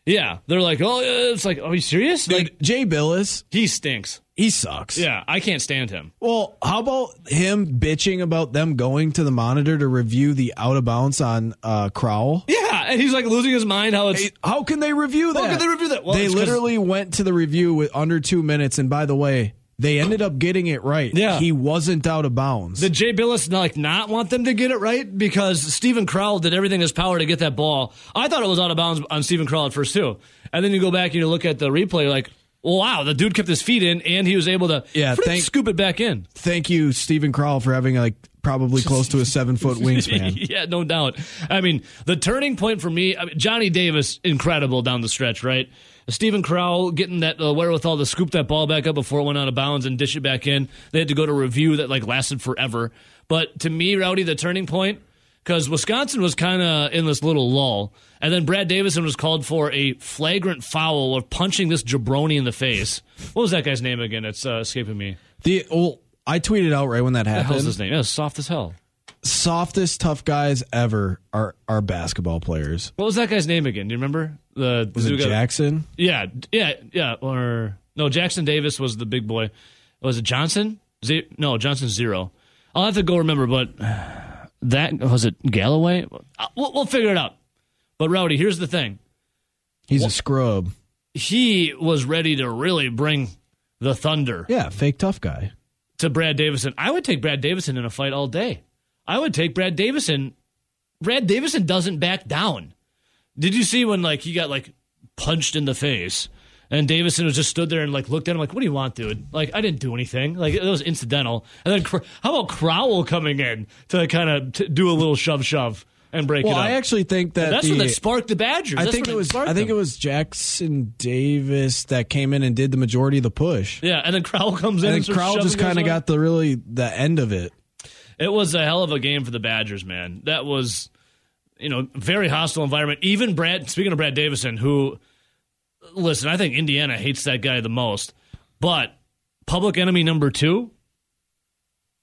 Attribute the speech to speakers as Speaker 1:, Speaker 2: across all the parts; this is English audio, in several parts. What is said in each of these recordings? Speaker 1: Yeah, they're like, oh, yeah. it's like, are you serious?
Speaker 2: Dude,
Speaker 1: like
Speaker 2: Jay Billis,
Speaker 1: he stinks.
Speaker 2: he sucks.
Speaker 1: Yeah, I can't stand him.
Speaker 2: Well, how about him bitching about them going to the monitor to review the out of bounds on uh, Crowell?
Speaker 1: Yeah, and he's like losing his mind. How it's
Speaker 2: Hey, How can they review that?
Speaker 1: How can they review that? Well,
Speaker 2: they
Speaker 1: it's 'cause-
Speaker 2: literally went to the review with under two minutes, and by the way, they ended up getting it right.
Speaker 1: Yeah.
Speaker 2: he wasn't out of bounds.
Speaker 1: did Jay Billis like not want them to get it right because Stephen Crowell did everything in his power to get that ball. I thought it was out of bounds on Stephen Crowell at first too, and then you go back and you look at the replay, you're like. Wow, the dude kept his feet in, and he was able to
Speaker 2: Yeah,
Speaker 1: frick,
Speaker 2: thank-
Speaker 1: scoop it back in.
Speaker 2: Thank you, Stephen Crowell, for having like probably close to a seven foot wingspan.
Speaker 1: yeah, no doubt. I mean, the turning point for me, I mean, Johnny Davis, incredible down the stretch, right? Stephen Crowell getting that uh, wherewithal to scoop that ball back up before it went out of bounds and dish it back in. They had to go to review that like lasted forever. But to me, Rowdy, the turning point because Wisconsin was kind of in this little lull, and then Brad Davison was called for a flagrant foul of punching this jabroni in the face. What was that guy's name again? It's uh, escaping me.
Speaker 2: The well, I tweeted out right when
Speaker 1: What
Speaker 2: that
Speaker 1: the hell's
Speaker 2: happened.
Speaker 1: his name? Yeah, soft as hell.
Speaker 2: softest tough guys ever are are basketball players.
Speaker 1: What was that guy's name again? Do you remember? The
Speaker 2: Was it
Speaker 1: Jack?
Speaker 2: Jackson?
Speaker 1: Yeah, yeah, yeah. Or no, Jackson Davis was the big boy. Was it Johnson? Ze- no, Johnson zero. I'll have to go remember, but that was it. Galloway. Uh, We'll, we'll figure it out. But Rowdy, here's the thing:
Speaker 2: He's a scrub.
Speaker 1: he was ready to really bring the thunder
Speaker 2: Yeah, fake tough guy.
Speaker 1: to Brad Davison. I would take Brad Davison in a fight all day. I would take Brad Davison. Brad Davison doesn't back down. Did you see when like he got like punched in the face and Davison was just stood there and like looked at him like, "What do you want, dude? Like I didn't do anything. Like it was incidental." And then Cr- how about Crowell coming in to kind of t- do a little shove shove and break
Speaker 2: Well,
Speaker 1: it up?
Speaker 2: I actually think that
Speaker 1: that's
Speaker 2: the,
Speaker 1: what that sparked the Badgers.
Speaker 2: I
Speaker 1: That's
Speaker 2: think
Speaker 1: what
Speaker 2: it was
Speaker 1: sparked
Speaker 2: I think
Speaker 1: them.
Speaker 2: it was Jackson Davis that came in and did the majority of the push.
Speaker 1: yeah. And then Crowell comes in and
Speaker 2: And then
Speaker 1: starts
Speaker 2: Crowell just
Speaker 1: shoving
Speaker 2: kind of
Speaker 1: guys around.
Speaker 2: got the really the end of it.
Speaker 1: It was a hell of a game for the Badgers, man. That was, you know, very hostile environment. Even Brad, speaking of Brad Davison, who, listen, I think Indiana hates that guy the most, but public enemy number two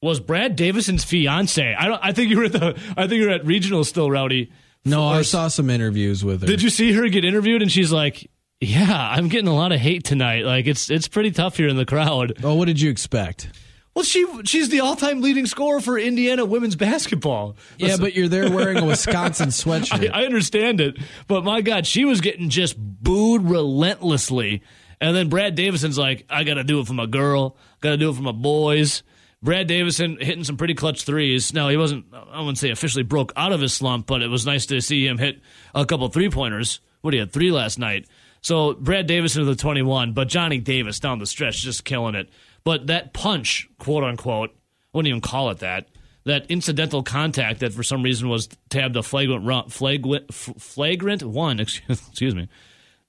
Speaker 1: was Brad Davison's fiance. I don't. I think you were at the. I think you were at regional still, Rowdy.
Speaker 2: No, I
Speaker 1: Or-
Speaker 2: saw some interviews with her.
Speaker 1: Did you see her get interviewed? And she's like, "Yeah, I'm getting a lot of hate tonight. Like it's it's pretty tough here in the crowd."
Speaker 2: Oh, what did you expect?
Speaker 1: Well, she she's the all time leading scorer for Indiana women's basketball.
Speaker 2: Yeah, but you're there wearing a Wisconsin sweatshirt.
Speaker 1: I, I understand it, but my God, she was getting just booed relentlessly. And then Brad Davison's like, I got to do it for my girl. Got to do it for my boys. Brad Davison hitting some pretty clutch threes. Now, he wasn't, I wouldn't say officially broke out of his slump, but it was nice to see him hit a couple three pointers. What do you had? Three last night. So Brad Davison with the 21, but Johnny Davis down the stretch just killing it. But that punch, quote unquote, I wouldn't even call it that. That incidental contact that for some reason was tabbed a flagrant run, flagrant, f- flagrant one. Excuse, excuse me.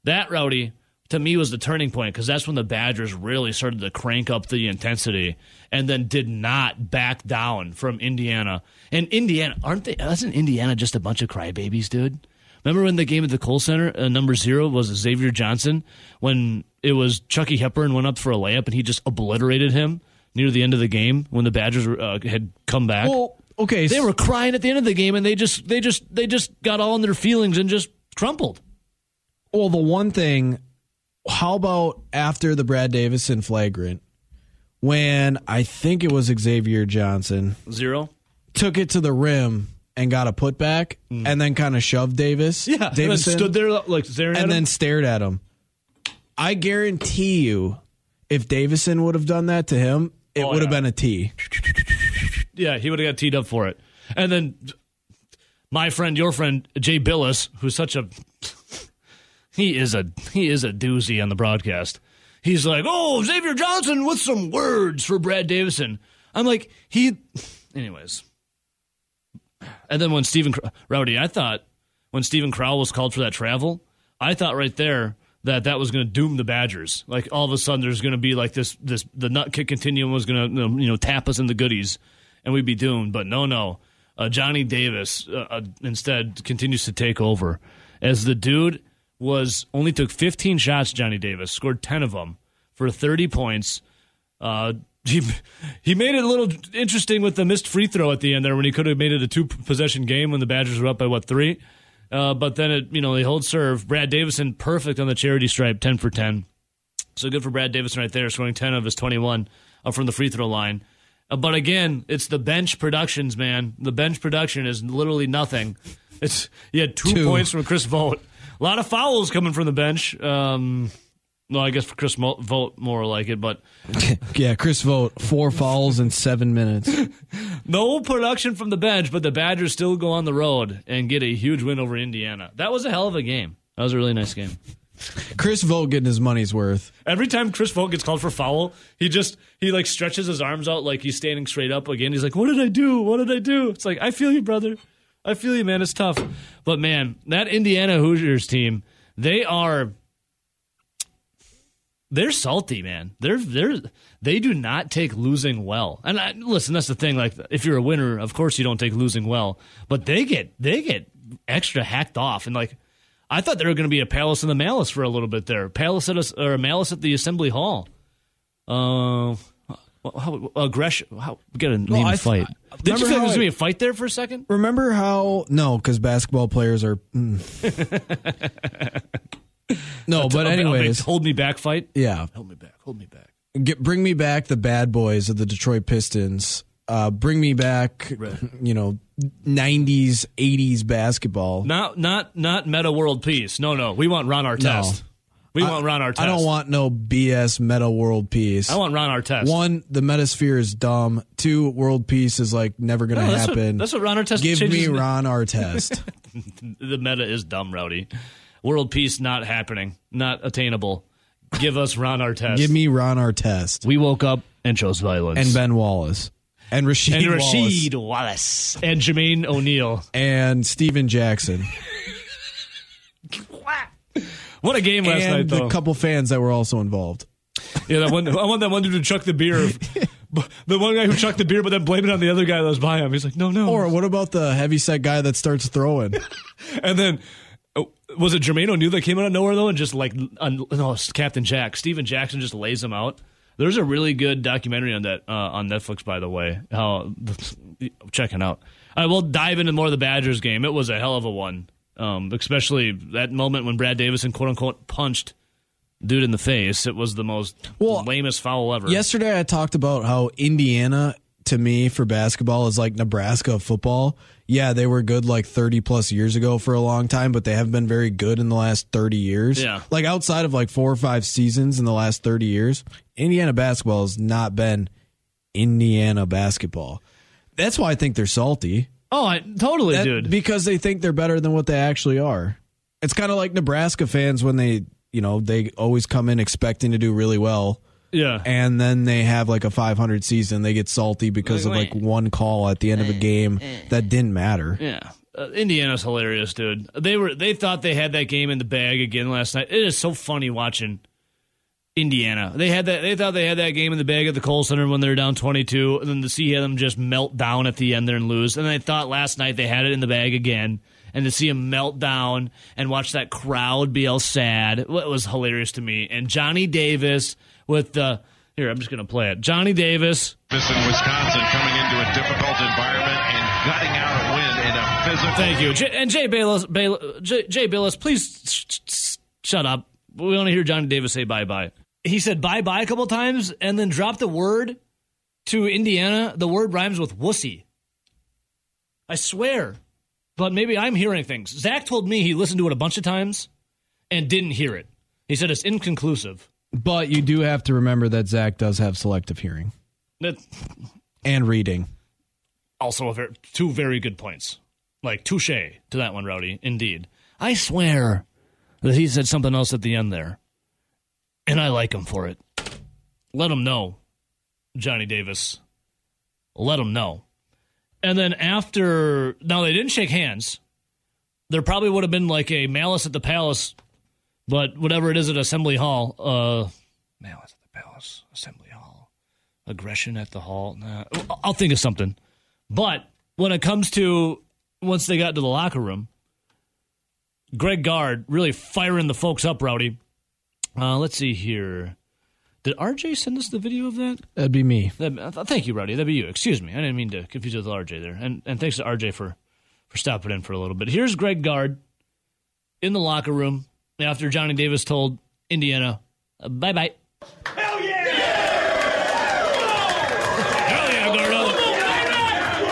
Speaker 1: That rowdy to me was the turning point because that's when the Badgers really started to crank up the intensity and then did not back down from Indiana. And Indiana, aren't they? Isn't Indiana just a bunch of crybabies, dude? Remember when the game at the Cole Center, uh, number zero was Xavier Johnson, when it was Chucky Hepburn went up for a layup and he just obliterated him near the end of the game when the Badgers were, uh, had come back.
Speaker 2: Well, okay.
Speaker 1: they
Speaker 2: so-
Speaker 1: were crying at the end of the game and they just they just they just got all in their feelings and just crumpled.
Speaker 2: Well, the one thing, how about after the Brad Davison flagrant, when I think it was Xavier Johnson
Speaker 1: Zero.
Speaker 2: took it to the rim and got a putback, and then kind of shoved Davis,
Speaker 1: Hmm. Yeah, and then
Speaker 2: Davison,
Speaker 1: stood there like staring at
Speaker 2: and then
Speaker 1: him.
Speaker 2: stared at him. I guarantee you, if Davison would have done that to him, it
Speaker 1: Oh,
Speaker 2: would have
Speaker 1: yeah.
Speaker 2: been a T.
Speaker 1: Yeah, he would have got teed up for it. And then my friend, your friend Jay Billis, who's such a he is a he is a doozy on the broadcast. He's like, oh, Xavier Johnson with some words for Brad Davison. I'm like, he, anyways. And then when Stephen Crow- Rowdy, I thought when Stephen Crowell was called for that travel, I thought right there that that was going to doom the Badgers. Like all of a sudden, there's going to be like this this the nut kick continuum was going to you know tap us in the goodies, and we'd be doomed. But no, no, uh, Johnny Davis uh, uh, instead continues to take over as the dude was only took 15 shots. Johnny Davis scored 10 of them for 30 points. Uh, he he made it a little interesting with the missed free throw at the end there when he could have made it a two possession game when the Badgers were up by what three, uh, but then it you know they hold serve. Brad Davison perfect on the charity stripe, ten for ten. So good for Brad Davison right there, scoring 10 of his 21 uh, from the free throw line. Uh, but again, it's the bench productions, man. The bench production is literally nothing. It's you had two,
Speaker 2: Two.
Speaker 1: points from Chris Vogt. A lot of fouls coming from the bench. Um, no, I guess for Chris Mo- Vogt, more like it, but
Speaker 2: yeah, Chris Vote, four fouls in seven minutes.
Speaker 1: no production from the bench. But the Badgers still go on the road and get a huge win over Indiana. That was a hell of a game. That was a really nice game.
Speaker 2: Chris Vote getting his money's worth.
Speaker 1: Every time Chris Vogt gets called for foul, he just he like stretches his arms out like he's standing straight up again. He's like, "What did I do? What did I do?" It's like, "I feel you, brother. I feel you, man. It's tough." But man, that Indiana Hoosiers team, they are they're salty, man. They're they're they do not take losing well. And I, listen, that's the thing. Like, if you're a winner, of course you don't take losing well. But they get they get extra hacked off, and like, I thought they were going to be a palace in the malice for a little bit there. Palace at us or malice at the assembly hall. Uh, wh- how, aggression. How we got to name
Speaker 2: I
Speaker 1: the
Speaker 2: th-
Speaker 1: fight?
Speaker 2: I-
Speaker 1: Did you feel like
Speaker 2: remember
Speaker 1: there
Speaker 2: how
Speaker 1: was going
Speaker 2: I-
Speaker 1: to be a fight there for a second?
Speaker 2: Remember how? No, because basketball players are. mm. no, but
Speaker 1: A- a- a big
Speaker 2: anyways,
Speaker 1: hold me back fight.
Speaker 2: yeah.
Speaker 1: Hold me back. Hold me back.
Speaker 2: Get, bring me back the bad boys of the Detroit Pistons. Uh, bring me back, you know, '90s, '80s basketball.
Speaker 1: Not not not meta world peace. No, no. We want Ron Artest. We want Ron Artest.
Speaker 2: I don't want no BS meta world peace.
Speaker 1: I want Ron Artest.
Speaker 2: One, the metasphere is dumb. Two, world peace is like never gonna
Speaker 1: No, that's what-
Speaker 2: happen.
Speaker 1: that's what Ron Artest
Speaker 2: Give
Speaker 1: changes
Speaker 2: me
Speaker 1: his na-
Speaker 2: Ron Artest.
Speaker 1: the meta is dumb, Rowdy. World peace not happening, not attainable. Give us Ron Artest.
Speaker 2: Give me Ron Artest
Speaker 1: we woke up and chose violence.
Speaker 2: and Ben Wallace and Rasheed
Speaker 1: and
Speaker 2: Wallace.
Speaker 1: Rasheed Wallace. and Jermaine O'Neal.
Speaker 2: and Steven Jackson
Speaker 1: What a game last night,
Speaker 2: and
Speaker 1: though.
Speaker 2: the couple fans that were also involved.
Speaker 1: Yeah, that one. I want that one dude to chuck the beer. But the one guy who chucked the beer, but then blame it on the other guy that was by him. He's like, no, no.
Speaker 2: Or what about the heavyset guy that starts throwing?
Speaker 1: And then oh, was it Jermaine O'Neal that came out of nowhere though, and just like un- no, it's Captain Jack, Steven Jackson just lays him out. There's a really good documentary on that uh, on Netflix, by the way. How checking out. I will dive into more of the Badgers game. It was a hell of a one, um, especially that moment when Brad Davison quote unquote punched dude in the face. It was the most
Speaker 2: Well,
Speaker 1: lamest foul ever.
Speaker 2: Yesterday, I talked about how Indiana, to me, for basketball is like Nebraska of football. Yeah, they were good like 30 plus years ago for a long time, but they haven't been very good in the last 30 years.
Speaker 1: Yeah.
Speaker 2: Like outside of like four or five seasons in the last 30 years, Indiana basketball has not been Indiana basketball. That's why I think they're salty.
Speaker 1: Oh, I, totally,
Speaker 2: That-
Speaker 1: dude.
Speaker 2: Because they think they're better than what they actually are. It's kind of like Nebraska fans when they, you know, they always come in expecting to do really well
Speaker 1: yeah.
Speaker 2: and then they have like a 500 season. They get salty because
Speaker 1: Like,
Speaker 2: of like one call at the end of a game that didn't matter.
Speaker 1: Yeah. Uh, Indiana's hilarious, dude. They were they thought they had that game in the bag again last night. It is so funny watching Indiana. They had that they thought they had that game in the bag at the Cole Center when they were down 22 and then to see them just melt down at the end there and lose. And they thought last night they had it in the bag again and to see them melt down and watch that crowd be all sad wa- was hilarious to me. And Johnny Davis with the here, I'm just going to play it. Johnny Davis
Speaker 3: Davis in Wisconsin coming into a difficult environment and gutting out a win in a physical.
Speaker 1: Thank you. J- and Jay Bayless, Bayless Jay, Jay Bayless, please sh- sh- sh- shut up. We want to hear Johnny Davis say bye bye. He said bye bye a couple times and then dropped the word to Indiana. The word rhymes with wussy. I swear. But maybe I'm hearing things. Zach told me he listened to it a bunch of times and didn't hear it. He said it's inconclusive.
Speaker 2: But you do have to remember that Zach does have selective hearing
Speaker 1: That's
Speaker 2: and reading.
Speaker 1: also a ver- two very good points. Like touche to that one, Rowdy. Indeed, I swear that he said something else at the end there, and I like him for it. Let him know, Johnny Davis. Let him know. And then after, now they didn't shake hands. There probably would have been like a malice at the palace, but whatever it is at Assembly Hall, uh, malice at the palace, Assembly Hall, aggression at the hall. Nah, I'll- I'll think of something. But when it comes to once they got to the locker room, Greg Gard really firing the folks up, Rowdy. Uh, let's see here. Did RJ send us the video of that?
Speaker 2: That'd be me.
Speaker 1: That- uh, th- thank you, Rowdy. That'd be you. Excuse me. I didn't mean to confuse you with RJ there. And and thanks to RJ for, for stopping in for a little bit. Here's Greg Gard in the locker room after Johnny Davis told Indiana, uh, bye bye. Hell yeah! Hell yeah, Gordo!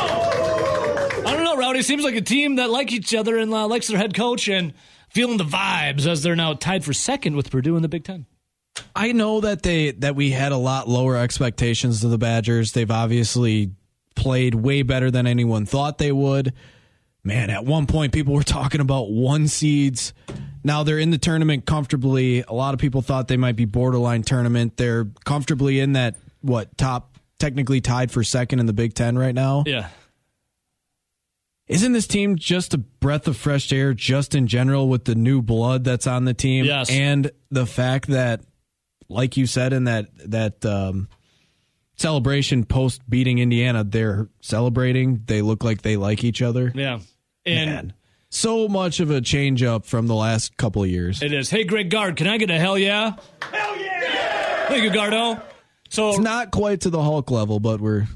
Speaker 1: I don't know, Rowdy. Seems like a team that like each other and uh, likes their head coach and feeling the vibes as they're now tied for second with Purdue in the Big Ten.
Speaker 2: I know that they that we had a lot lower expectations of the Badgers. They've obviously played way better than anyone thought they would. Man, at one point people were talking about one seeds. Now they're in the tournament comfortably. A lot of people thought they might be borderline tournament. They're comfortably in that what top technically tied for second in the Big 10 right now.
Speaker 1: Yeah.
Speaker 2: Isn't this team just a breath of fresh air, just in general, with the new blood that's on the team?
Speaker 1: Yes.
Speaker 2: And the fact that, like you said in that that um, celebration post beating Indiana, they're celebrating. They look like they like each other.
Speaker 1: Yeah. And
Speaker 2: Man, so much of a change up from the last couple of years.
Speaker 1: it is. Hey, Greg Gard, can I get a hell yeah? Hell yeah! Thank you, Gardo. So
Speaker 2: It's not quite to the Hulk level, but we're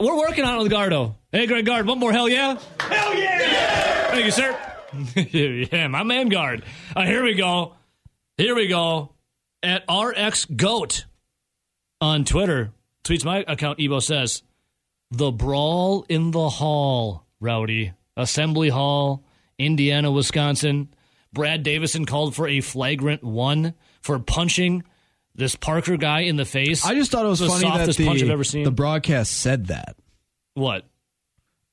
Speaker 1: we're working on it with Gardo. Hey, Greg Gard, one more hell yeah? Hell yeah! Thank you, sir. yeah, my man guard. Uh, here we go. Here we go. At RX Goat on Twitter tweets my account. Ebo says, "The brawl in the hall, rowdy assembly hall, Indiana, Wisconsin. Brad Davison called for a flagrant one for punching this Parker guy in the face.
Speaker 2: I just thought it was
Speaker 1: the
Speaker 2: funny that
Speaker 1: softest punch I've ever
Speaker 2: the,
Speaker 1: seen.
Speaker 2: the broadcast said that.
Speaker 1: what?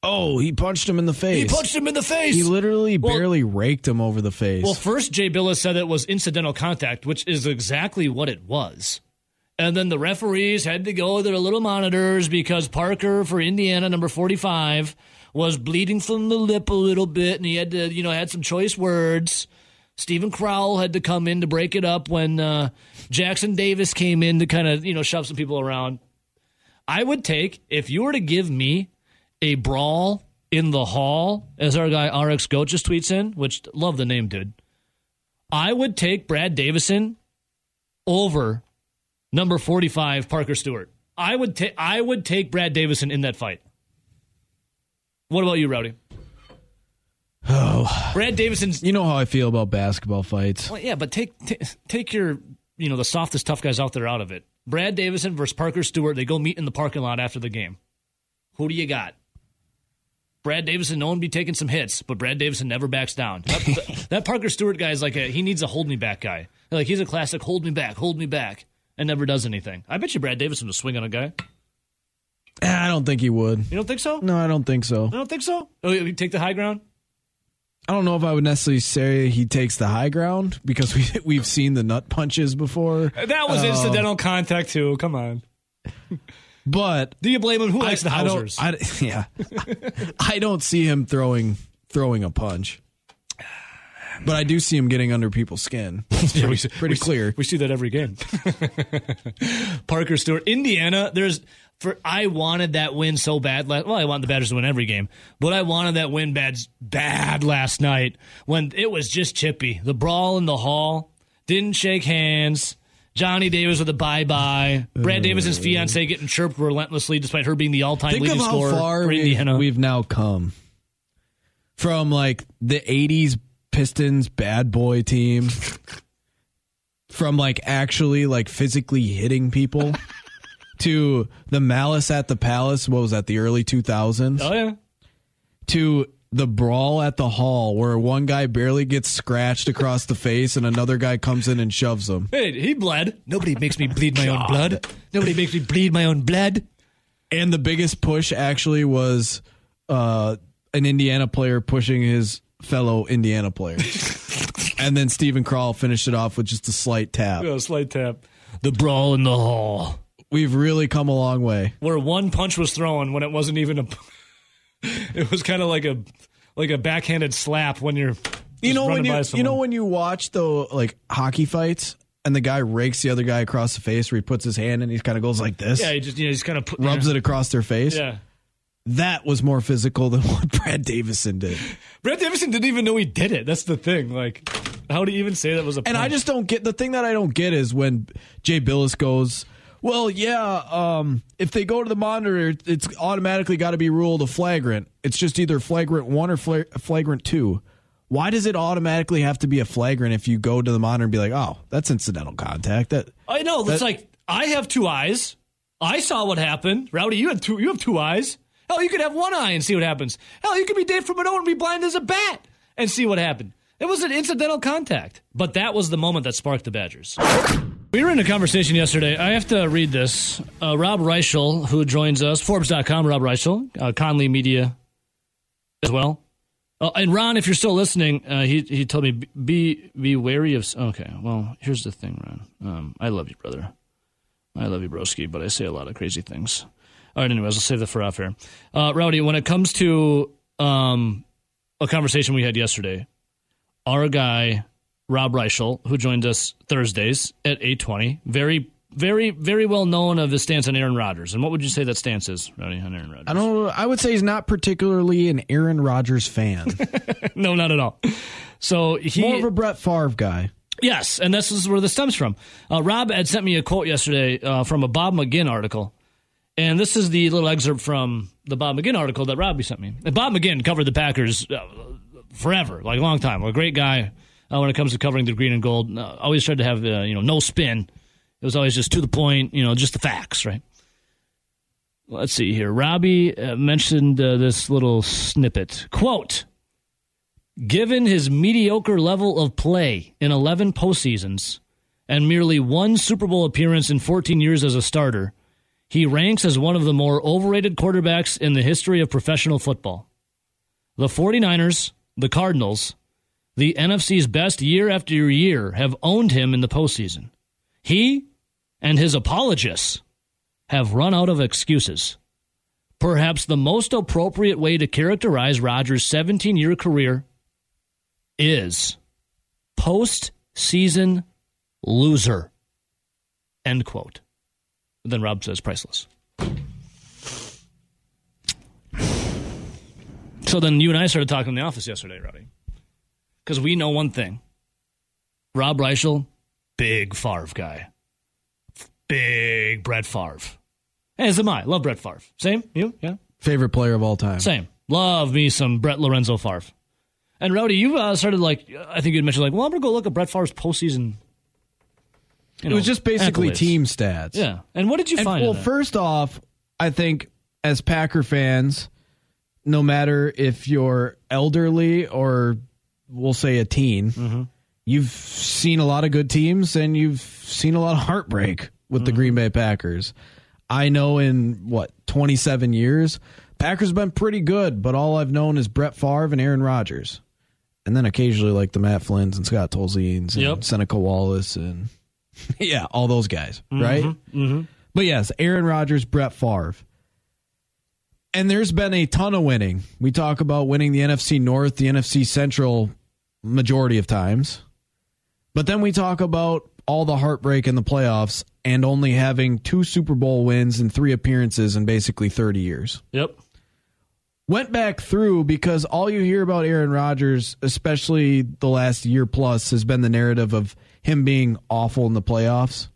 Speaker 2: Oh, he punched him in the face.
Speaker 1: He punched him in the face.
Speaker 2: He literally
Speaker 1: Well-
Speaker 2: barely raked him over the face.
Speaker 1: Well, first Jay Billis said it was incidental contact, which is exactly what it was. And then the referees had to go with their little monitors because Parker for Indiana, number forty-five, was bleeding from the lip a little bit, and he had to, you know, had some choice words. Stephen Crowell had to come in to break it up when uh, Jackson Davis came in to kind of, you know, shove some people around. I would take if you were to give me a brawl in the hall, as our guy RX Goat just tweets in, which love the name, dude. I would take Brad Davison over number 45 Parker Stewart. I would take I would take Brad Davison in that fight. What about you, Rowdy? Oh, Brad Davison's
Speaker 2: You know how I feel about basketball fights.
Speaker 1: well, yeah, but take t- take your you know the softest tough guys out there out of it. Brad Davison versus Parker Stewart. They go meet in the parking lot after the game. Who do you got? Brad Davison, no one be taking some hits, but Brad Davison never backs down. That, that- that Parker Stewart guy is like a, he needs a hold me back guy. Like he's a classic hold me back, hold me back, and never does anything. I bet you Brad Davison will swing on a guy.
Speaker 2: Eh, I don't think he would.
Speaker 1: You don't think so?
Speaker 2: No, I don't think so.
Speaker 1: I don't think so. Oh, you take the high ground.
Speaker 2: I don't know if I would necessarily say he takes the high ground because we we've seen the nut punches before.
Speaker 1: Uh,
Speaker 2: Uh,
Speaker 1: That was incidental contact too. Come on.
Speaker 2: But
Speaker 1: Do you blame him? Who likes the
Speaker 2: I
Speaker 1: Hausers?
Speaker 2: don't. I, yeah, I don't see him throwing throwing a punch, but I do see him getting under people's skin.
Speaker 1: Yeah, we see,
Speaker 2: pretty
Speaker 1: we see-
Speaker 2: clear.
Speaker 1: we see that every game. Parker Stewart, Indiana. There's for I wanted that win so bad. la- Well, I want the Badgers to win every game, but I wanted that win bad bad last night when it was just chippy. The brawl in the hall didn't shake hands. Johnny Davis with a bye bye. Brad Davis's fiance getting chirped relentlessly despite her being the all time
Speaker 2: Think
Speaker 1: leading
Speaker 2: of how
Speaker 1: scorer
Speaker 2: far
Speaker 1: for
Speaker 2: we've,
Speaker 1: Indiana.
Speaker 2: we've now come from like the '80s Pistons bad boy team, from like actually like physically hitting people to the malice at the palace. What was that? The early 2000s.
Speaker 1: oh yeah.
Speaker 2: to the brawl at the hall where one guy barely gets scratched across the face and another guy comes in and shoves him.
Speaker 1: Hey, he bled. Nobody makes me bleed my own blood. Nobody makes me bleed my own blood.
Speaker 2: And the biggest push actually was uh, an Indiana player pushing his fellow Indiana player. and then Stephen Crawl finished it off with just a slight tap.
Speaker 1: Oh, slight tap. The brawl in the hall,
Speaker 2: We've really come a long way.
Speaker 1: where one punch was thrown when it wasn't even a. It was kind of like a, like a backhanded slap when you're.
Speaker 2: you
Speaker 1: just
Speaker 2: know when
Speaker 1: running by
Speaker 2: you you
Speaker 1: someone.
Speaker 2: know when you watch the like hockey fights and the guy rakes the other guy across the face where he puts his hand and he kind of goes like this,
Speaker 1: Yeah, you just you know, just kind of put,
Speaker 2: rubs
Speaker 1: yeah.
Speaker 2: it across their face.
Speaker 1: Yeah,
Speaker 2: that was more physical than what Brad Davison did.
Speaker 1: Brad Davison didn't even know he did it. That's the thing. Like, how do you even say that was a?
Speaker 2: And I
Speaker 1: punch?
Speaker 2: just don't get the thing that I don't get is when Jay Billis goes, "Well, yeah, um, if they go to the monitor, it's automatically got to be ruled a flagrant. It's just either flagrant one or fla- flagrant two. Why does it automatically have to be a flagrant if you go to the monitor and be like, oh, that's incidental contact? That
Speaker 1: I know. It's
Speaker 2: That-
Speaker 1: like I have two eyes. I saw what happened. Rowdy, you had two. You have two eyes. Hell, you could have one eye and see what happens. Hell, you could be Dave Frimano and be blind as a bat and see what happened. It was an incidental contact, but that was the moment that sparked the Badgers. We were in a conversation yesterday. I have to read this. Uh, Rob Reichel, who joins us, Forbes.com, Rob Reichel, uh, Conley Media as well. Oh, and Ron, if you're still listening, uh, he he told me be- be be wary of. s- Okay, well, here's the thing, Ron. Um, I love you, brother. I love you, broski, but I say a lot of crazy things. All right, anyways, I'll save that for off here. Uh, Rowdy, when it comes to um, a conversation we had yesterday, our guy Rob Reichel, who joined us Thursdays at eight twenty, very, very, very well known of his stance on Aaron Rodgers. And what would you say that stance is, Rowdy, on Aaron Rodgers?
Speaker 2: I don't. I would say he's not particularly an Aaron Rodgers fan.
Speaker 1: no, not at all. So he
Speaker 2: More of a Brett Favre guy.
Speaker 1: Yes, and this is where this stems from. Uh, Rob had sent me a quote yesterday uh, from a Bob McGinn article, and this is the little excerpt from the Bob McGinn article that Robbie sent me. And Bob McGinn covered the Packers uh, forever, like a long time. A great guy uh, when it comes to covering the green and gold. Uh, always tried to have uh, you know no spin. It was always just to the point, you know, just the facts, right? Let's see here. Robbie uh, mentioned uh, this little snippet quote. Given his mediocre level of play in 11 postseasons and merely one Super Bowl appearance in 14 years as a starter, he ranks as one of the more overrated quarterbacks in the history of professional football. The 49ers, the Cardinals, the NFC's best year after year have owned him in the postseason. He and his apologists have run out of excuses. Perhaps the most appropriate way to characterize Rodgers' 17 year career is postseason loser. End quote. Then Rob says priceless. So then you and I started talking in the office yesterday, Rowdy, because we know one thing: Rob Reichel, big Favre guy, big Brett Favre. As am I. Love Brett Favre. Same you? Yeah.
Speaker 2: Favorite player of all time.
Speaker 1: Same. Love me some Brett Lorenzo Favre. And Rowdy, you uh, started like I think you'd mentioned like, well, I'm gonna go look at Brett Favre's postseason. you
Speaker 2: It was
Speaker 1: know,
Speaker 2: just basically
Speaker 1: accolades.
Speaker 2: team stats.
Speaker 1: Yeah. And what did you
Speaker 2: And,
Speaker 1: find? in
Speaker 2: well,
Speaker 1: that?
Speaker 2: first off, I think as Packer fans, no matter if you're elderly or we'll say a teen, you've seen a lot of good teams and you've seen a lot of heartbreak with the Green Bay Packers. I know in what 27 years, Packers have been pretty good, but all I've known is Brett Favre and Aaron Rodgers. And then occasionally, like the Matt Flynn's and Scott Tolzien's and
Speaker 1: Yep.
Speaker 2: Seneca Wallace and yeah, all those guys, right? But yes, Aaron Rodgers, Brett Favre. And there's been a ton of winning. We talk about winning the NFC North, the NFC Central majority of times. But then we talk about all the heartbreak in the playoffs and only having two Super Bowl wins and three appearances in basically 30 years
Speaker 1: Yep.
Speaker 2: went back through because all you hear about Aaron Rodgers, especially the last year plus, has been the narrative of him being awful in the playoffs.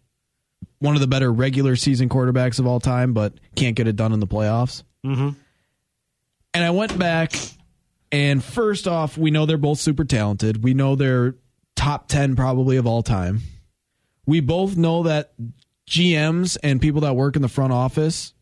Speaker 2: One of the better regular season quarterbacks of all time, but can't get it done in the playoffs. Mm-hmm. And I went back, and first off, we know they're both super talented. We know they're top 10 probably of all time. We both know that GMs and people that work in the front office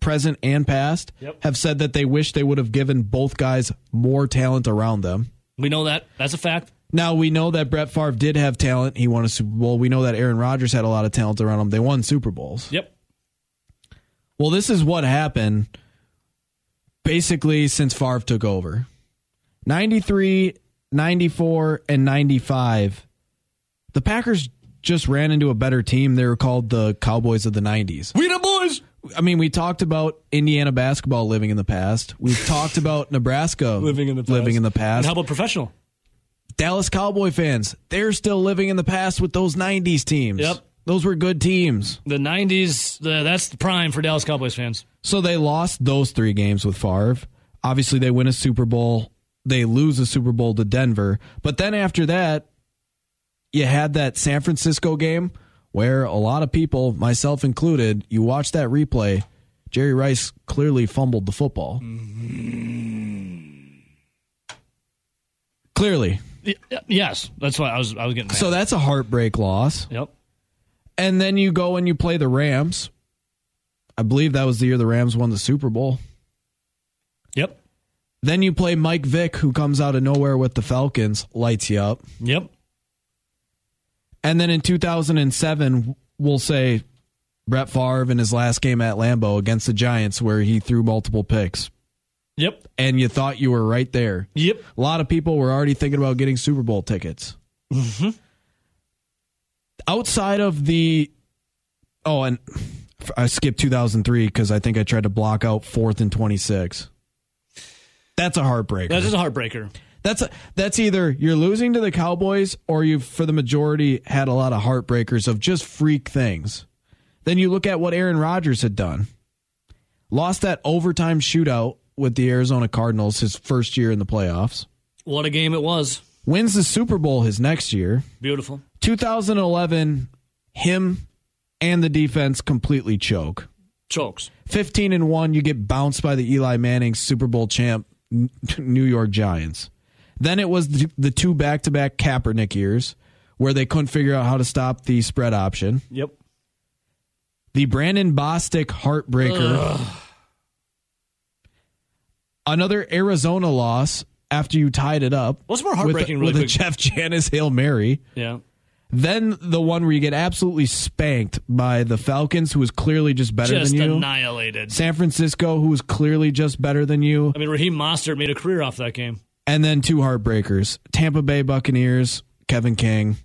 Speaker 2: present and past,
Speaker 1: Yep.
Speaker 2: have said that they wish they would have given both guys more talent around them.
Speaker 1: We know that. That's a fact.
Speaker 2: Now we know that Brett Favre did have talent. He won a Super Bowl. We know that Aaron Rodgers had a lot of talent around him. They won Super Bowls.
Speaker 1: Yep.
Speaker 2: Well, this is what happened basically since Favre took over. 93, 94, and 95. The Packers just ran into a better team. They were called the Cowboys of the 90s.
Speaker 1: We the boys.
Speaker 2: I mean, we talked about Indiana basketball living in the past. We've talked about Nebraska
Speaker 1: Living in the past.
Speaker 2: living in the
Speaker 1: And
Speaker 2: past.
Speaker 1: how about professional?
Speaker 2: Dallas Cowboy fans, they're still living in the past with those '90s teams.
Speaker 1: Yep.
Speaker 2: those were good teams.
Speaker 1: The '90s. The, that's the prime for Dallas Cowboys fans.
Speaker 2: So they lost those three games with Favre. Obviously, they win a Super Bowl. They lose a Super Bowl to Denver. But then after that, you had that San Francisco game where a lot of people, myself included, you watch that replay. Jerry Rice clearly fumbled the football. Clearly.
Speaker 1: Y- Yes, that's why I was. I was getting. Mad.
Speaker 2: So that's a heartbreak loss.
Speaker 1: Yep.
Speaker 2: And then you go and you play the Rams. I believe that was the year the Rams won the Super Bowl.
Speaker 1: Yep.
Speaker 2: Then you play Mike Vick, who comes out of nowhere with the Falcons, lights you up.
Speaker 1: Yep.
Speaker 2: And then in 2007, we'll say Brett Favre in his last game at Lambeau against the Giants, where he threw multiple picks.
Speaker 1: Yep.
Speaker 2: And you thought you were right there.
Speaker 1: Yep.
Speaker 2: A lot of people were already thinking about getting Super Bowl tickets. Outside of the. Oh, and I skipped 2003 because I think I tried to block out fourth and 26. That's a heartbreaker.
Speaker 1: That is a heartbreaker.
Speaker 2: That's that's either you're losing to the Cowboys or you've for the majority had a lot of heartbreakers of just freak things. Then you look at what Aaron Rodgers had done. Lost that overtime shootout with the Arizona Cardinals his first year in the playoffs.
Speaker 1: What a game it was.
Speaker 2: Wins the Super Bowl his next year.
Speaker 1: Beautiful.
Speaker 2: 2011 him and the defense completely choke.
Speaker 1: Chokes.
Speaker 2: 15 and 1 you get bounced by the Eli Manning Super Bowl champ N- New York Giants. Then it was the- the two back-to-back Kaepernick years where they couldn't figure out how to stop the spread option.
Speaker 1: Yep.
Speaker 2: The Brandon Bostic heartbreaker. Another Arizona loss after you tied it up.
Speaker 1: What's more
Speaker 2: with a-
Speaker 1: heartbreaking, really
Speaker 2: with a
Speaker 1: quick?
Speaker 2: Jeff Janis Hail Mary.
Speaker 1: Yeah.
Speaker 2: Then the one where you get absolutely spanked by the Falcons, who is clearly just better
Speaker 1: Just
Speaker 2: than you.
Speaker 1: annihilated.
Speaker 2: San Francisco, who is clearly just better than you.
Speaker 1: I mean, Raheem Mostert made a career off that game.
Speaker 2: And then two heartbreakers Tampa Bay Buccaneers, Kevin King.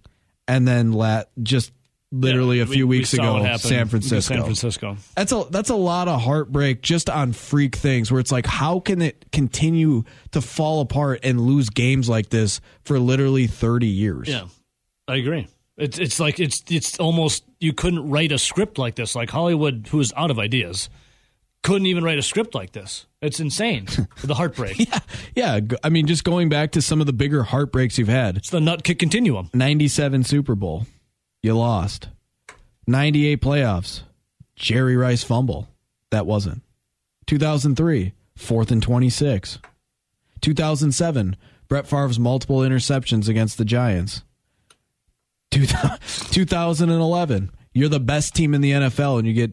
Speaker 2: And then la- just literally
Speaker 1: Yeah,
Speaker 2: a
Speaker 1: we-
Speaker 2: few
Speaker 1: we
Speaker 2: weeks
Speaker 1: saw what
Speaker 2: ago,
Speaker 1: happened
Speaker 2: San
Speaker 1: against
Speaker 2: Francisco.
Speaker 1: San Francisco.
Speaker 2: That's a that's a lot of heartbreak just on freak things where it's like how can it continue to fall apart and lose games like this for literally 30 years.
Speaker 1: Yeah, I agree. It's it's like it's it's almost you couldn't write a script like this. Like Hollywood, who is out of ideas, couldn't even write a script like this. It's insane. the heartbreak.
Speaker 2: Yeah, yeah. g- I mean, just going back to some of the bigger heartbreaks you've had.
Speaker 1: It's the nut kick continuum.
Speaker 2: 97 Super Bowl, you lost. 98 playoffs, Jerry Rice fumble. That wasn't. 2003, fourth and 26. 2007, Brett Favre's multiple interceptions against the Giants. 2000 2011, you're the best team in the NFL and you get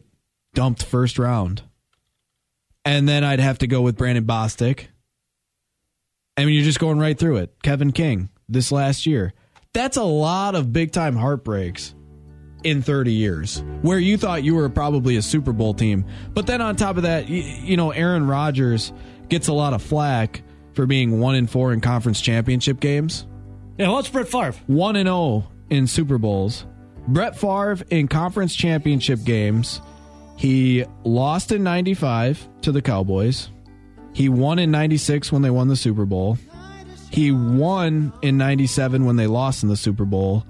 Speaker 2: dumped first round. And then I'd have to go with Brandon Bostic. I mean, you're just going right through it. Kevin King this last year. That's a lot of big time heartbreaks in 30 years where you thought you were probably a Super Bowl team. But then on top of that, y you know, Aaron Rodgers gets a lot of flack for being 1 and 4 in conference championship games,
Speaker 1: Yeah, well, it's Brett Favre.
Speaker 2: 1 and 0 in Super Bowls. Brett Favre in conference championship games, he lost in 95 to the Cowboys. He won in 96 when they won the Super Bowl. He won in 97 when they lost in the Super Bowl.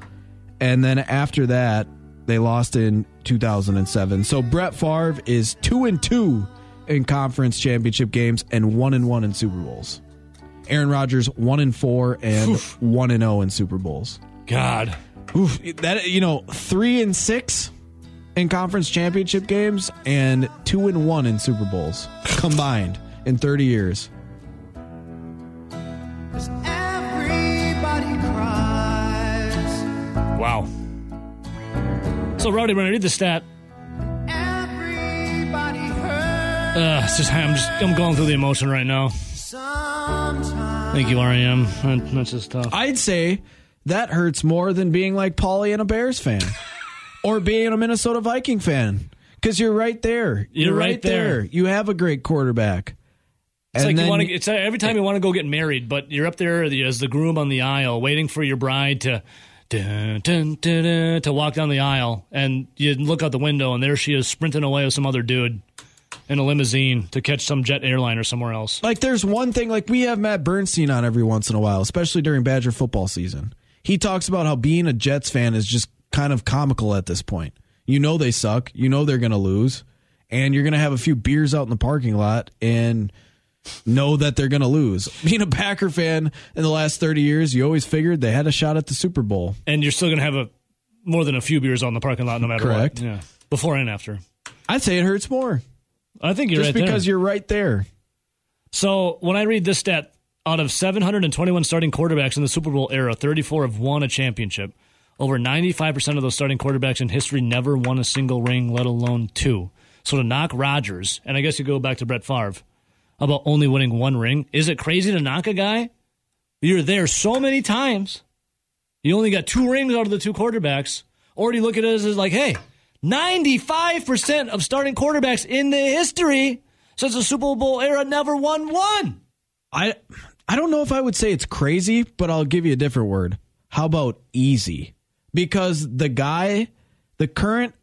Speaker 2: And then after that, they lost in 2007. So Brett Favre is 2 and 2 in conference championship games and 1 and 1 in Super Bowls. Aaron Rodgers 1 and 4 and 1 and 0 in Super Bowls.
Speaker 1: God.
Speaker 2: Oof, that you know, 3 and 6 in conference championship games and 2 and 1 in Super Bowls combined in 30 years.
Speaker 4: Everybody cries.
Speaker 1: Wow. So, Rowdy, when I read the stat,
Speaker 4: Everybody hurts
Speaker 1: uh, it's just I'm just I'm going through the emotion right now.
Speaker 4: sometimes.
Speaker 1: Thank you, R.E.M. That- That's just tough.
Speaker 2: I'd say that hurts more than being like Paulie and a Bears fan or being a Minnesota Viking fan because you're right there.
Speaker 1: You're right there.
Speaker 2: You have a great quarterback.
Speaker 1: It's
Speaker 2: And
Speaker 1: like you
Speaker 2: then-
Speaker 1: want to. It's like every time you want to go get married, but you're up there as the groom on the aisle, waiting for your bride to dun, dun, dun, dun, to walk down the aisle, and you look out the window, and there she is sprinting away with some other dude in a limousine to catch some jet airliner somewhere else.
Speaker 2: Like, there's one thing, like, we have Matt Bernstein on every once in a while, especially during Badger football season. He talks about how being a Jets fan is just kind of comical at this point. You know they suck, you know they're going to lose, and you're going to have a few beers out in the parking lot and know that they're going to lose. Being a Packer fan in the last 30 years, you always figured they had a shot at the Super Bowl.
Speaker 1: And you're still gonna have a more than a few beers on the parking lot, no matter
Speaker 2: Correct.
Speaker 1: what. Yeah, before and after.
Speaker 2: I'd say it hurts more
Speaker 1: I think you're
Speaker 2: just
Speaker 1: right
Speaker 2: because
Speaker 1: there.
Speaker 2: you're right there.
Speaker 1: So when I read this stat, out of 721 starting quarterbacks in the Super Bowl era, 34 have won a championship. Over 95% of those starting quarterbacks in history never won a single ring, let alone two. So to knock Rodgers, and I guess you go back to Brett Favre about only winning one ring, is it crazy to knock a guy? You're there so many times. You only got two rings out of the two quarterbacks. Or do you look at it as, as like, hey, 95% of starting quarterbacks in the history since the Super Bowl era never won one?
Speaker 2: I I don't know if I would say it's crazy, but I'll give you a different word. How about easy? Because the guy, the current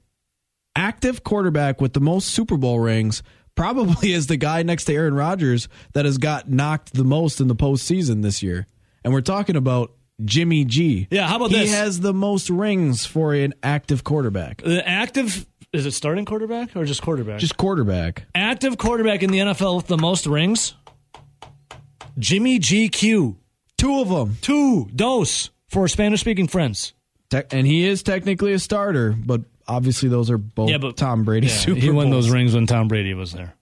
Speaker 2: active quarterback with the most Super Bowl rings, probably is the guy next to Aaron Rodgers that has got knocked the most in the postseason this year. And we're talking about Jimmy G.
Speaker 1: Yeah, how about
Speaker 2: he
Speaker 1: this?
Speaker 2: has the most rings for an active quarterback.
Speaker 1: The Uh, active, is it starting quarterback or just quarterback?
Speaker 2: Just quarterback.
Speaker 1: active quarterback in the NFL with the most rings? Jimmy GQ.
Speaker 2: Two of them.
Speaker 1: Two dos for Spanish speaking friends.
Speaker 2: Te- and he is technically a starter, but obviously those are both
Speaker 1: Yeah, but-
Speaker 2: Tom Brady's
Speaker 1: Yeah,
Speaker 2: Super
Speaker 1: he won
Speaker 2: Bowls.
Speaker 1: those rings when Tom Brady was there.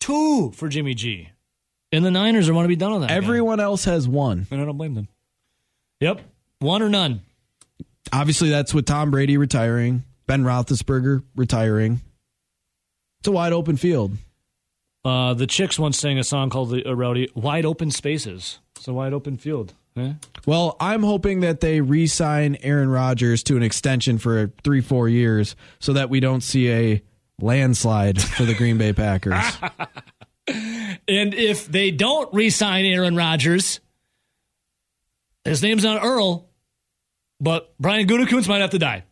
Speaker 1: Two for Jimmy G. And the Niners are want to be done with that. again.
Speaker 2: Everyone else has one.
Speaker 1: and I don't blame them. Yep, one or none.
Speaker 2: Obviously, that's with Tom Brady retiring, Ben Roethlisberger retiring. It's a wide open field.
Speaker 1: Uh, the chicks once sang a song called "The uh, Rowdy Wide Open Spaces." It's a wide open field. Eh?
Speaker 2: Well, I'm hoping that they re sign Aaron Rodgers to an extension for three, four years so that we don't see a landslide for the Green Bay Packers.
Speaker 1: And if they don't re-sign Aaron Rodgers, his name's not Earl, but Brian Gutekunst might have to die.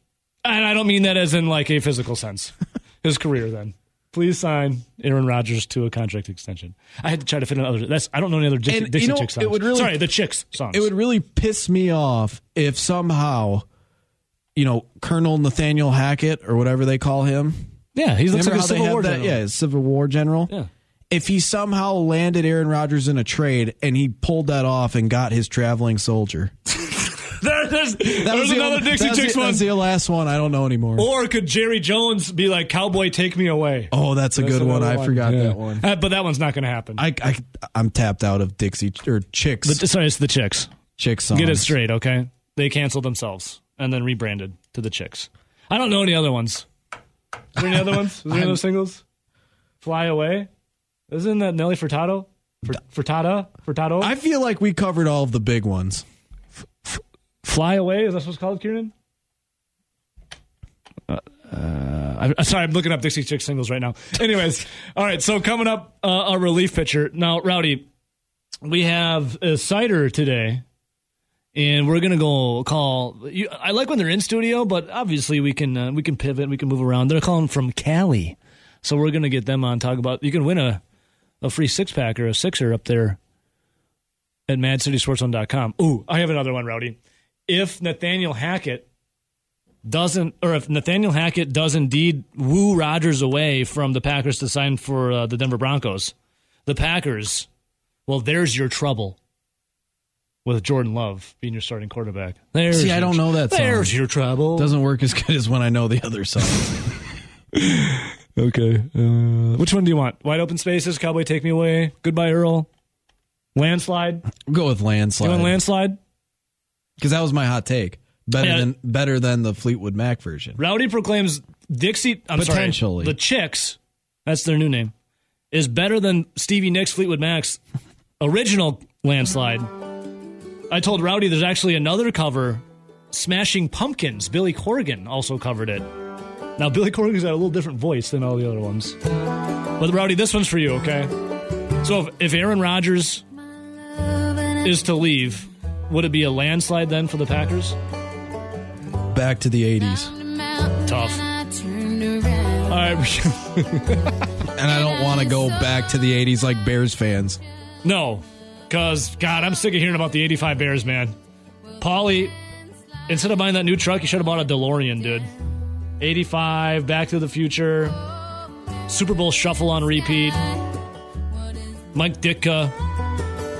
Speaker 1: And I don't mean that as in like a physical sense. his career, then. Please sign Aaron Rodgers to a contract extension. I had to try to fit another. That's I don't know any other Dixie,
Speaker 2: And, you
Speaker 1: Dixie
Speaker 2: know,
Speaker 1: Chick songs.
Speaker 2: it would really-
Speaker 1: Sorry, the Chicks songs.
Speaker 2: it would really piss me off if somehow, you know, Colonel Nathaniel Hackett or whatever they call him,
Speaker 1: Yeah, he looks
Speaker 2: Remember
Speaker 1: like a
Speaker 2: how they
Speaker 1: Civil
Speaker 2: have
Speaker 1: War
Speaker 2: that?
Speaker 1: general.
Speaker 2: Yeah, Civil War general.
Speaker 1: Yeah.
Speaker 2: If he somehow landed Aaron Rodgers in a trade and he pulled that off and got his traveling soldier,
Speaker 1: There- there's
Speaker 2: that
Speaker 1: there's
Speaker 2: the
Speaker 1: another
Speaker 2: only-
Speaker 1: Dixie
Speaker 2: that was the-
Speaker 1: Chicks one.
Speaker 2: That's the last one. I don't know anymore.
Speaker 1: Or could Jerry Jones be like, "Cowboy, take me away"?
Speaker 2: oh, that's a good one.
Speaker 1: another
Speaker 2: I forgot
Speaker 1: Yeah.
Speaker 2: that one.
Speaker 1: Uh, but that one's not going to happen.
Speaker 2: I, I I'm tapped out of Dixie or chicks
Speaker 1: but, sorry, it's the Chicks.
Speaker 2: chicks songs.
Speaker 1: Get it straight, okay? They canceled themselves and then rebranded to the Chicks. I don't know any other ones. Is there any other ones? Is there any other singles? Fly Away? Isn't that Nelly Furtado? Fur- Furtada? Furtado?
Speaker 2: I feel like we covered all of the big ones.
Speaker 1: Fly Away? Is that what it's called, Kieran? Uh, I'm sorry, I'm looking up Dixie Chick singles right now. Anyways, all right, so coming up, uh, a relief pitcher. Now, Rowdy, we have a cider today, and we're gonna go call. You, I like when they're in studio, but obviously we can uh, we can pivot, we can move around. They're calling from Cali, so we're gonna get them on. Talk about you can win a a free six pack or a sixer up there at MadCitySportsZone.com. Ooh, I have another one, Rowdy. If Nathaniel Hackett doesn't, or if Nathaniel Hackett does indeed woo Rodgers away from the Packers to sign for uh, the Denver Broncos, the Packers, well, there's your trouble with Jordan Love being your starting quarterback. There's
Speaker 2: See, I
Speaker 1: your
Speaker 2: don't know that song.
Speaker 1: There's your trouble.
Speaker 2: Doesn't work as good as when I know the other songs.
Speaker 1: Okay. Uh, which one do you want? Wide open spaces, Cowboy Take Me Away, Goodbye Earl, Landslide.
Speaker 2: Go with
Speaker 1: You
Speaker 2: landslide
Speaker 1: want Landslide?
Speaker 2: because that was my hot take. Better
Speaker 1: Yeah.
Speaker 2: than better than the Fleetwood Mac version.
Speaker 1: Rowdy proclaims Dixie. I'm sorry,
Speaker 2: Potentially.
Speaker 1: the Chicks. That's their new name. Is better than Stevie Nicks Fleetwood Mac's original landslide. I told Rowdy there's actually another cover, Smashing Pumpkins. Billy Corgan also covered it. Now Billy Corgan's got a little different voice than all the other ones. But Rowdy, this one's for you, okay? So if, if Aaron Rodgers is to leave, would it be a landslide then for the Packers?
Speaker 2: Back to the '80s,
Speaker 1: Tough. All right. we-
Speaker 2: and I don't want to go back to the '80s like Bears fans.
Speaker 1: No, because God, I'm sick of hearing about the '85 Bears, man. Paulie, instead of buying that new truck, you should have bought a DeLorean, dude. '85, Back to the Future, Super Bowl Shuffle on repeat. Mike Ditka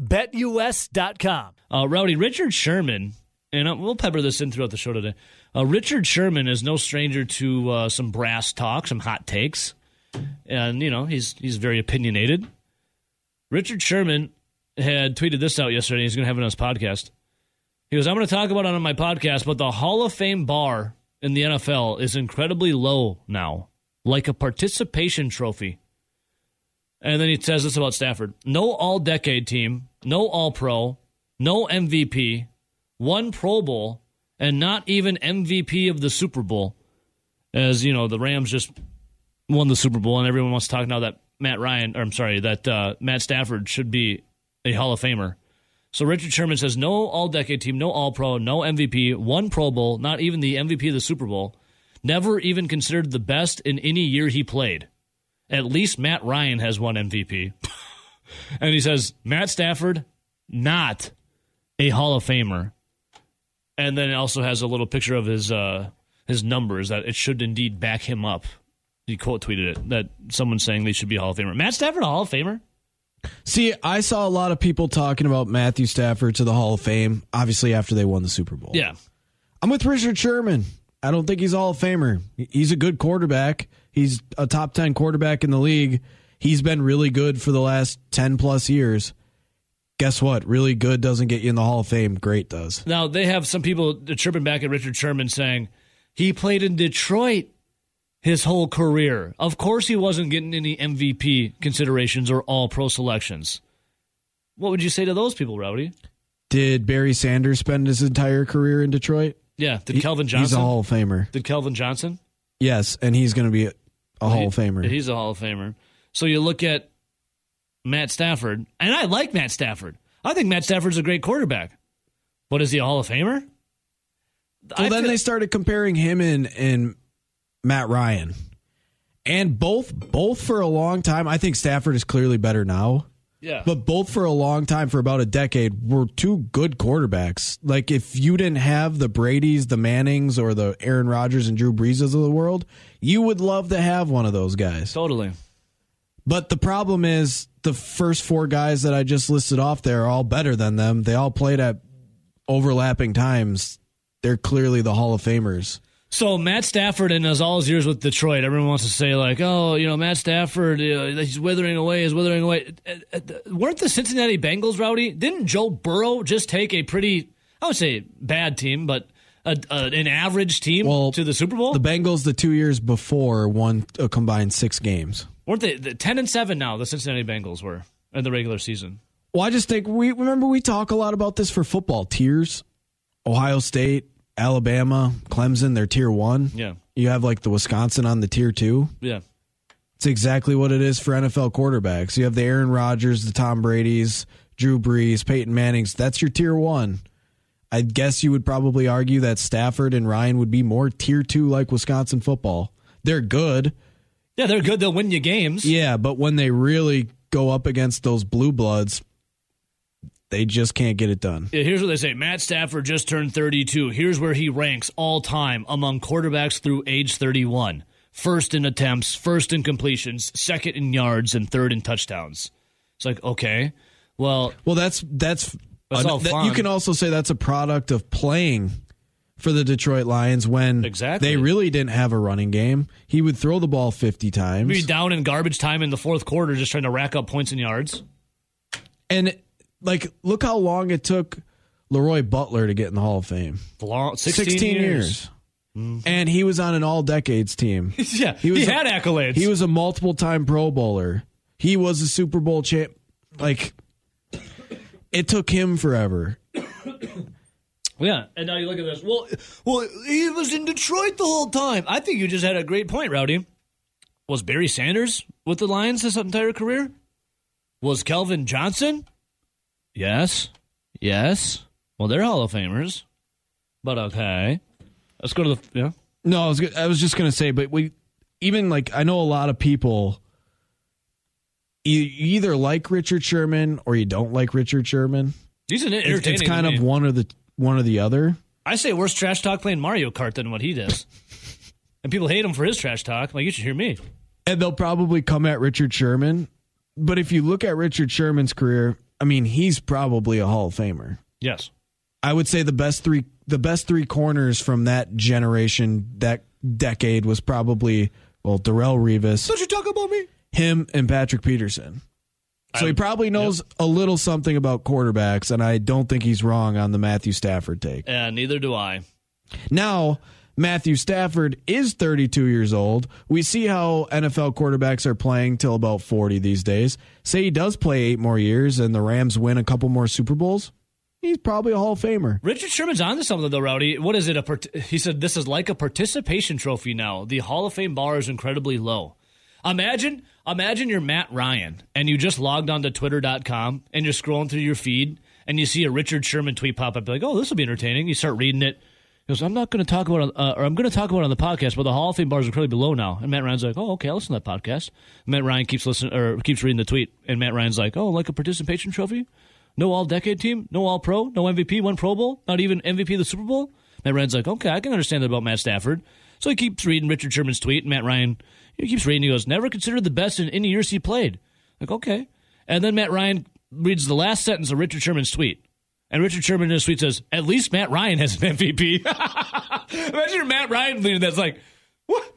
Speaker 5: BetUS.com.
Speaker 1: Uh, Rowdy, Richard Sherman, and uh, we'll pepper this in throughout the show today. Uh, Richard Sherman is no stranger to uh, some brass talk, some hot takes, and you know he's he's very opinionated. Richard Sherman had tweeted this out yesterday. He's going to have it on his podcast. He goes, "I'm going to talk about it on my podcast, but the Hall of Fame bar in the NFL is incredibly low now, like a participation trophy." And then he says this about Stafford: no All-Decade team, no All-Pro, no MVP, one Pro Bowl, and not even MVP of the Super Bowl. As you know, the Rams just won the Super Bowl, and everyone wants to talk now that Matt Ryan, or I'm sorry, that uh, Matt Stafford should be a Hall of Famer. So Richard Sherman says no All Decade team, no All Pro, no MVP, one Pro Bowl, not even the MVP of the Super Bowl. Never even considered the best in any year he played. At least Matt Ryan has one MVP. and he says Matt Stafford, not a Hall of Famer. And then it also has a little picture of his uh, his numbers that it should indeed back him up. He quote tweeted it that someone saying they should be a Hall of Famer. Matt Stafford, a Hall of Famer?
Speaker 2: See, I saw a lot of people talking about Matthew Stafford to the Hall of Fame, obviously after they won the Super Bowl.
Speaker 1: Yeah.
Speaker 2: I'm with Richard Sherman. I don't think he's Hall of Famer. He's a good quarterback. He's a top 10 quarterback in the league. He's been really good for the last 10 plus years. Guess what? Really good doesn't get you in the Hall of Fame. Great does.
Speaker 1: Now they have some people chirping back at Richard Sherman saying he played in Detroit his whole career. Of course, he wasn't getting any MVP considerations or All Pro selections. What would you say to those people, Rowdy?
Speaker 2: Did Barry Sanders spend his entire career in Detroit?
Speaker 1: Yeah, did
Speaker 2: He-
Speaker 1: Kelvin
Speaker 2: He's a
Speaker 1: Johnson?
Speaker 2: Hall of Famer.
Speaker 1: did Kelvin Johnson?
Speaker 2: Yes, and he's going to be a Hall of Famer.
Speaker 1: He's a Hall of Famer. So you look at Matt Stafford, and I like Matt Stafford. I think Matt Stafford's a great quarterback. But is he a Hall of Famer?
Speaker 2: Well, then they started comparing him and and Matt Ryan, and both both for a long time. I think Stafford is clearly better now,
Speaker 1: yeah.
Speaker 2: but both for a long time, for about a decade, were two good quarterbacks. Like if you didn't have the Brady's, the Mannings, or the Aaron Rodgers and Drew Breeses of the world, you would love to have one of those guys.
Speaker 1: totally.
Speaker 2: But the problem is the first four guys that I just listed off there are all better than them. They all played at overlapping times. They're clearly the Hall of Famers.
Speaker 1: So Matt Stafford, in his all his years with Detroit, everyone wants to say like, "Oh, you know, Matt Stafford, uh, he's withering away, he's withering away." Uh, uh, Weren't the Cincinnati Bengals rowdy? Didn't Joe Burrow just take a pretty, I would say, bad team, but a, a, an average team
Speaker 2: Well,
Speaker 1: to the Super Bowl?
Speaker 2: The Bengals, the two years before, won a combined six games.
Speaker 1: Weren't they the ten and seven? Now the Cincinnati Bengals were in the regular season.
Speaker 2: Well, I just think we remember we talk a lot about this for football tiers. Ohio State, Alabama, Clemson, they're tier one.
Speaker 1: Yeah,
Speaker 2: You have like the Wisconsin on the tier two.
Speaker 1: yeah,
Speaker 2: It's exactly what it is for NFL quarterbacks. You have the Aaron Rodgers, the Tom Brady's, Drew Brees, Peyton Manning's. That's your tier one. I guess you would probably argue that Stafford and Ryan would be more tier two like Wisconsin football. They're good.
Speaker 1: yeah. They're good. They'll win you games.
Speaker 2: Yeah, but when they really go up against those blue bloods, they just can't get it done.
Speaker 1: Yeah, here's what they say. Matt Stafford just turned 32. Here's where he ranks all time among quarterbacks through age 31. First in attempts, first in completions, second in yards, and third in touchdowns. It's like, okay, well,
Speaker 2: Well, that's that's,
Speaker 1: That's all
Speaker 2: that-
Speaker 1: fun.
Speaker 2: you can also say that's a product of playing for the Detroit Lions when
Speaker 1: Exactly.
Speaker 2: they really didn't have a running game. He would throw the ball 50 times.
Speaker 1: be down in garbage time in the fourth quarter just trying to rack up points and yards.
Speaker 2: And like, look how long it took Leroy Butler to get in the Hall of Fame.
Speaker 1: Long, 16, years.
Speaker 2: And he was on an all decades team.
Speaker 1: yeah, he,
Speaker 2: was-
Speaker 1: had accolades.
Speaker 2: he was a multiple time Pro Bowler. He was a Super Bowl champ. Like, it took him forever.
Speaker 1: Yeah, and now you look at this. Well, well, he was in Detroit the whole time. I think you just had a great point, Rowdy. Was Barry Sanders with the Lions his entire career? Was Kelvin Johnson? Yes, yes. Well, they're Hall of Famers, but okay. Let's go to the yeah.
Speaker 2: No, I was go- I was just gonna say, but we even like I know a lot of people. You you either like Richard Sherman or you don't like Richard Sherman.
Speaker 1: He's an
Speaker 2: It's,
Speaker 1: entertaining.
Speaker 2: it's kind
Speaker 1: to
Speaker 2: of
Speaker 1: me.
Speaker 2: one or the one or the other.
Speaker 1: I say worse trash talk playing Mario Kart than what he does, and people hate him for his trash talk. Like you should hear me.
Speaker 2: and they'll probably come at Richard Sherman. But if you look at Richard Sherman's career, I mean, he's probably a Hall of Famer.
Speaker 1: Yes.
Speaker 2: I would say the best three the best three corners from that generation, that decade was probably well, Darrell Revis,
Speaker 1: Don't you talk about me?
Speaker 2: him and Patrick Peterson. So he probably knows a little something about quarterbacks, and I don't think he's wrong on the Matthew Stafford take.
Speaker 1: Yeah, neither do I.
Speaker 2: Now, Matthew Stafford is 32 years old. We see how NFL quarterbacks are playing till about 40 these days. Say he does play eight more years and the Rams win a couple more Super Bowls, he's probably a Hall of Famer.
Speaker 1: Richard Sherman's onto something though, Rowdy. What is it? A part- he said this is like a participation trophy now. The Hall of Fame bar is incredibly low. Imagine, imagine you're Matt Ryan and you just logged onto Twitter.com and you're scrolling through your feed and you see a Richard Sherman tweet pop up. You're like, oh, this will be entertaining. You start reading it. He goes, I'm not going to talk about, uh, or I'm going to talk about it on the podcast, but the Hall of Fame bar is incredibly low now. And Matt Ryan's like, oh, okay, I'll listen to that podcast. Matt Ryan keeps listening or keeps reading the tweet, and Matt Ryan's like, oh, like a participation trophy. No all decade team, no all pro, no MVP, one Pro Bowl, not even MVP of the Super Bowl. Matt Ryan's like, okay, I can understand that about Matt Stafford. So he keeps reading Richard Sherman's tweet, and Matt Ryan he keeps reading. He goes, never considered the best in any years he played. Like, okay. And then Matt Ryan reads the last sentence of Richard Sherman's tweet. And Richard Sherman in his tweet says, at least Matt Ryan has an MVP. Imagine Matt Ryan leading that's like, what?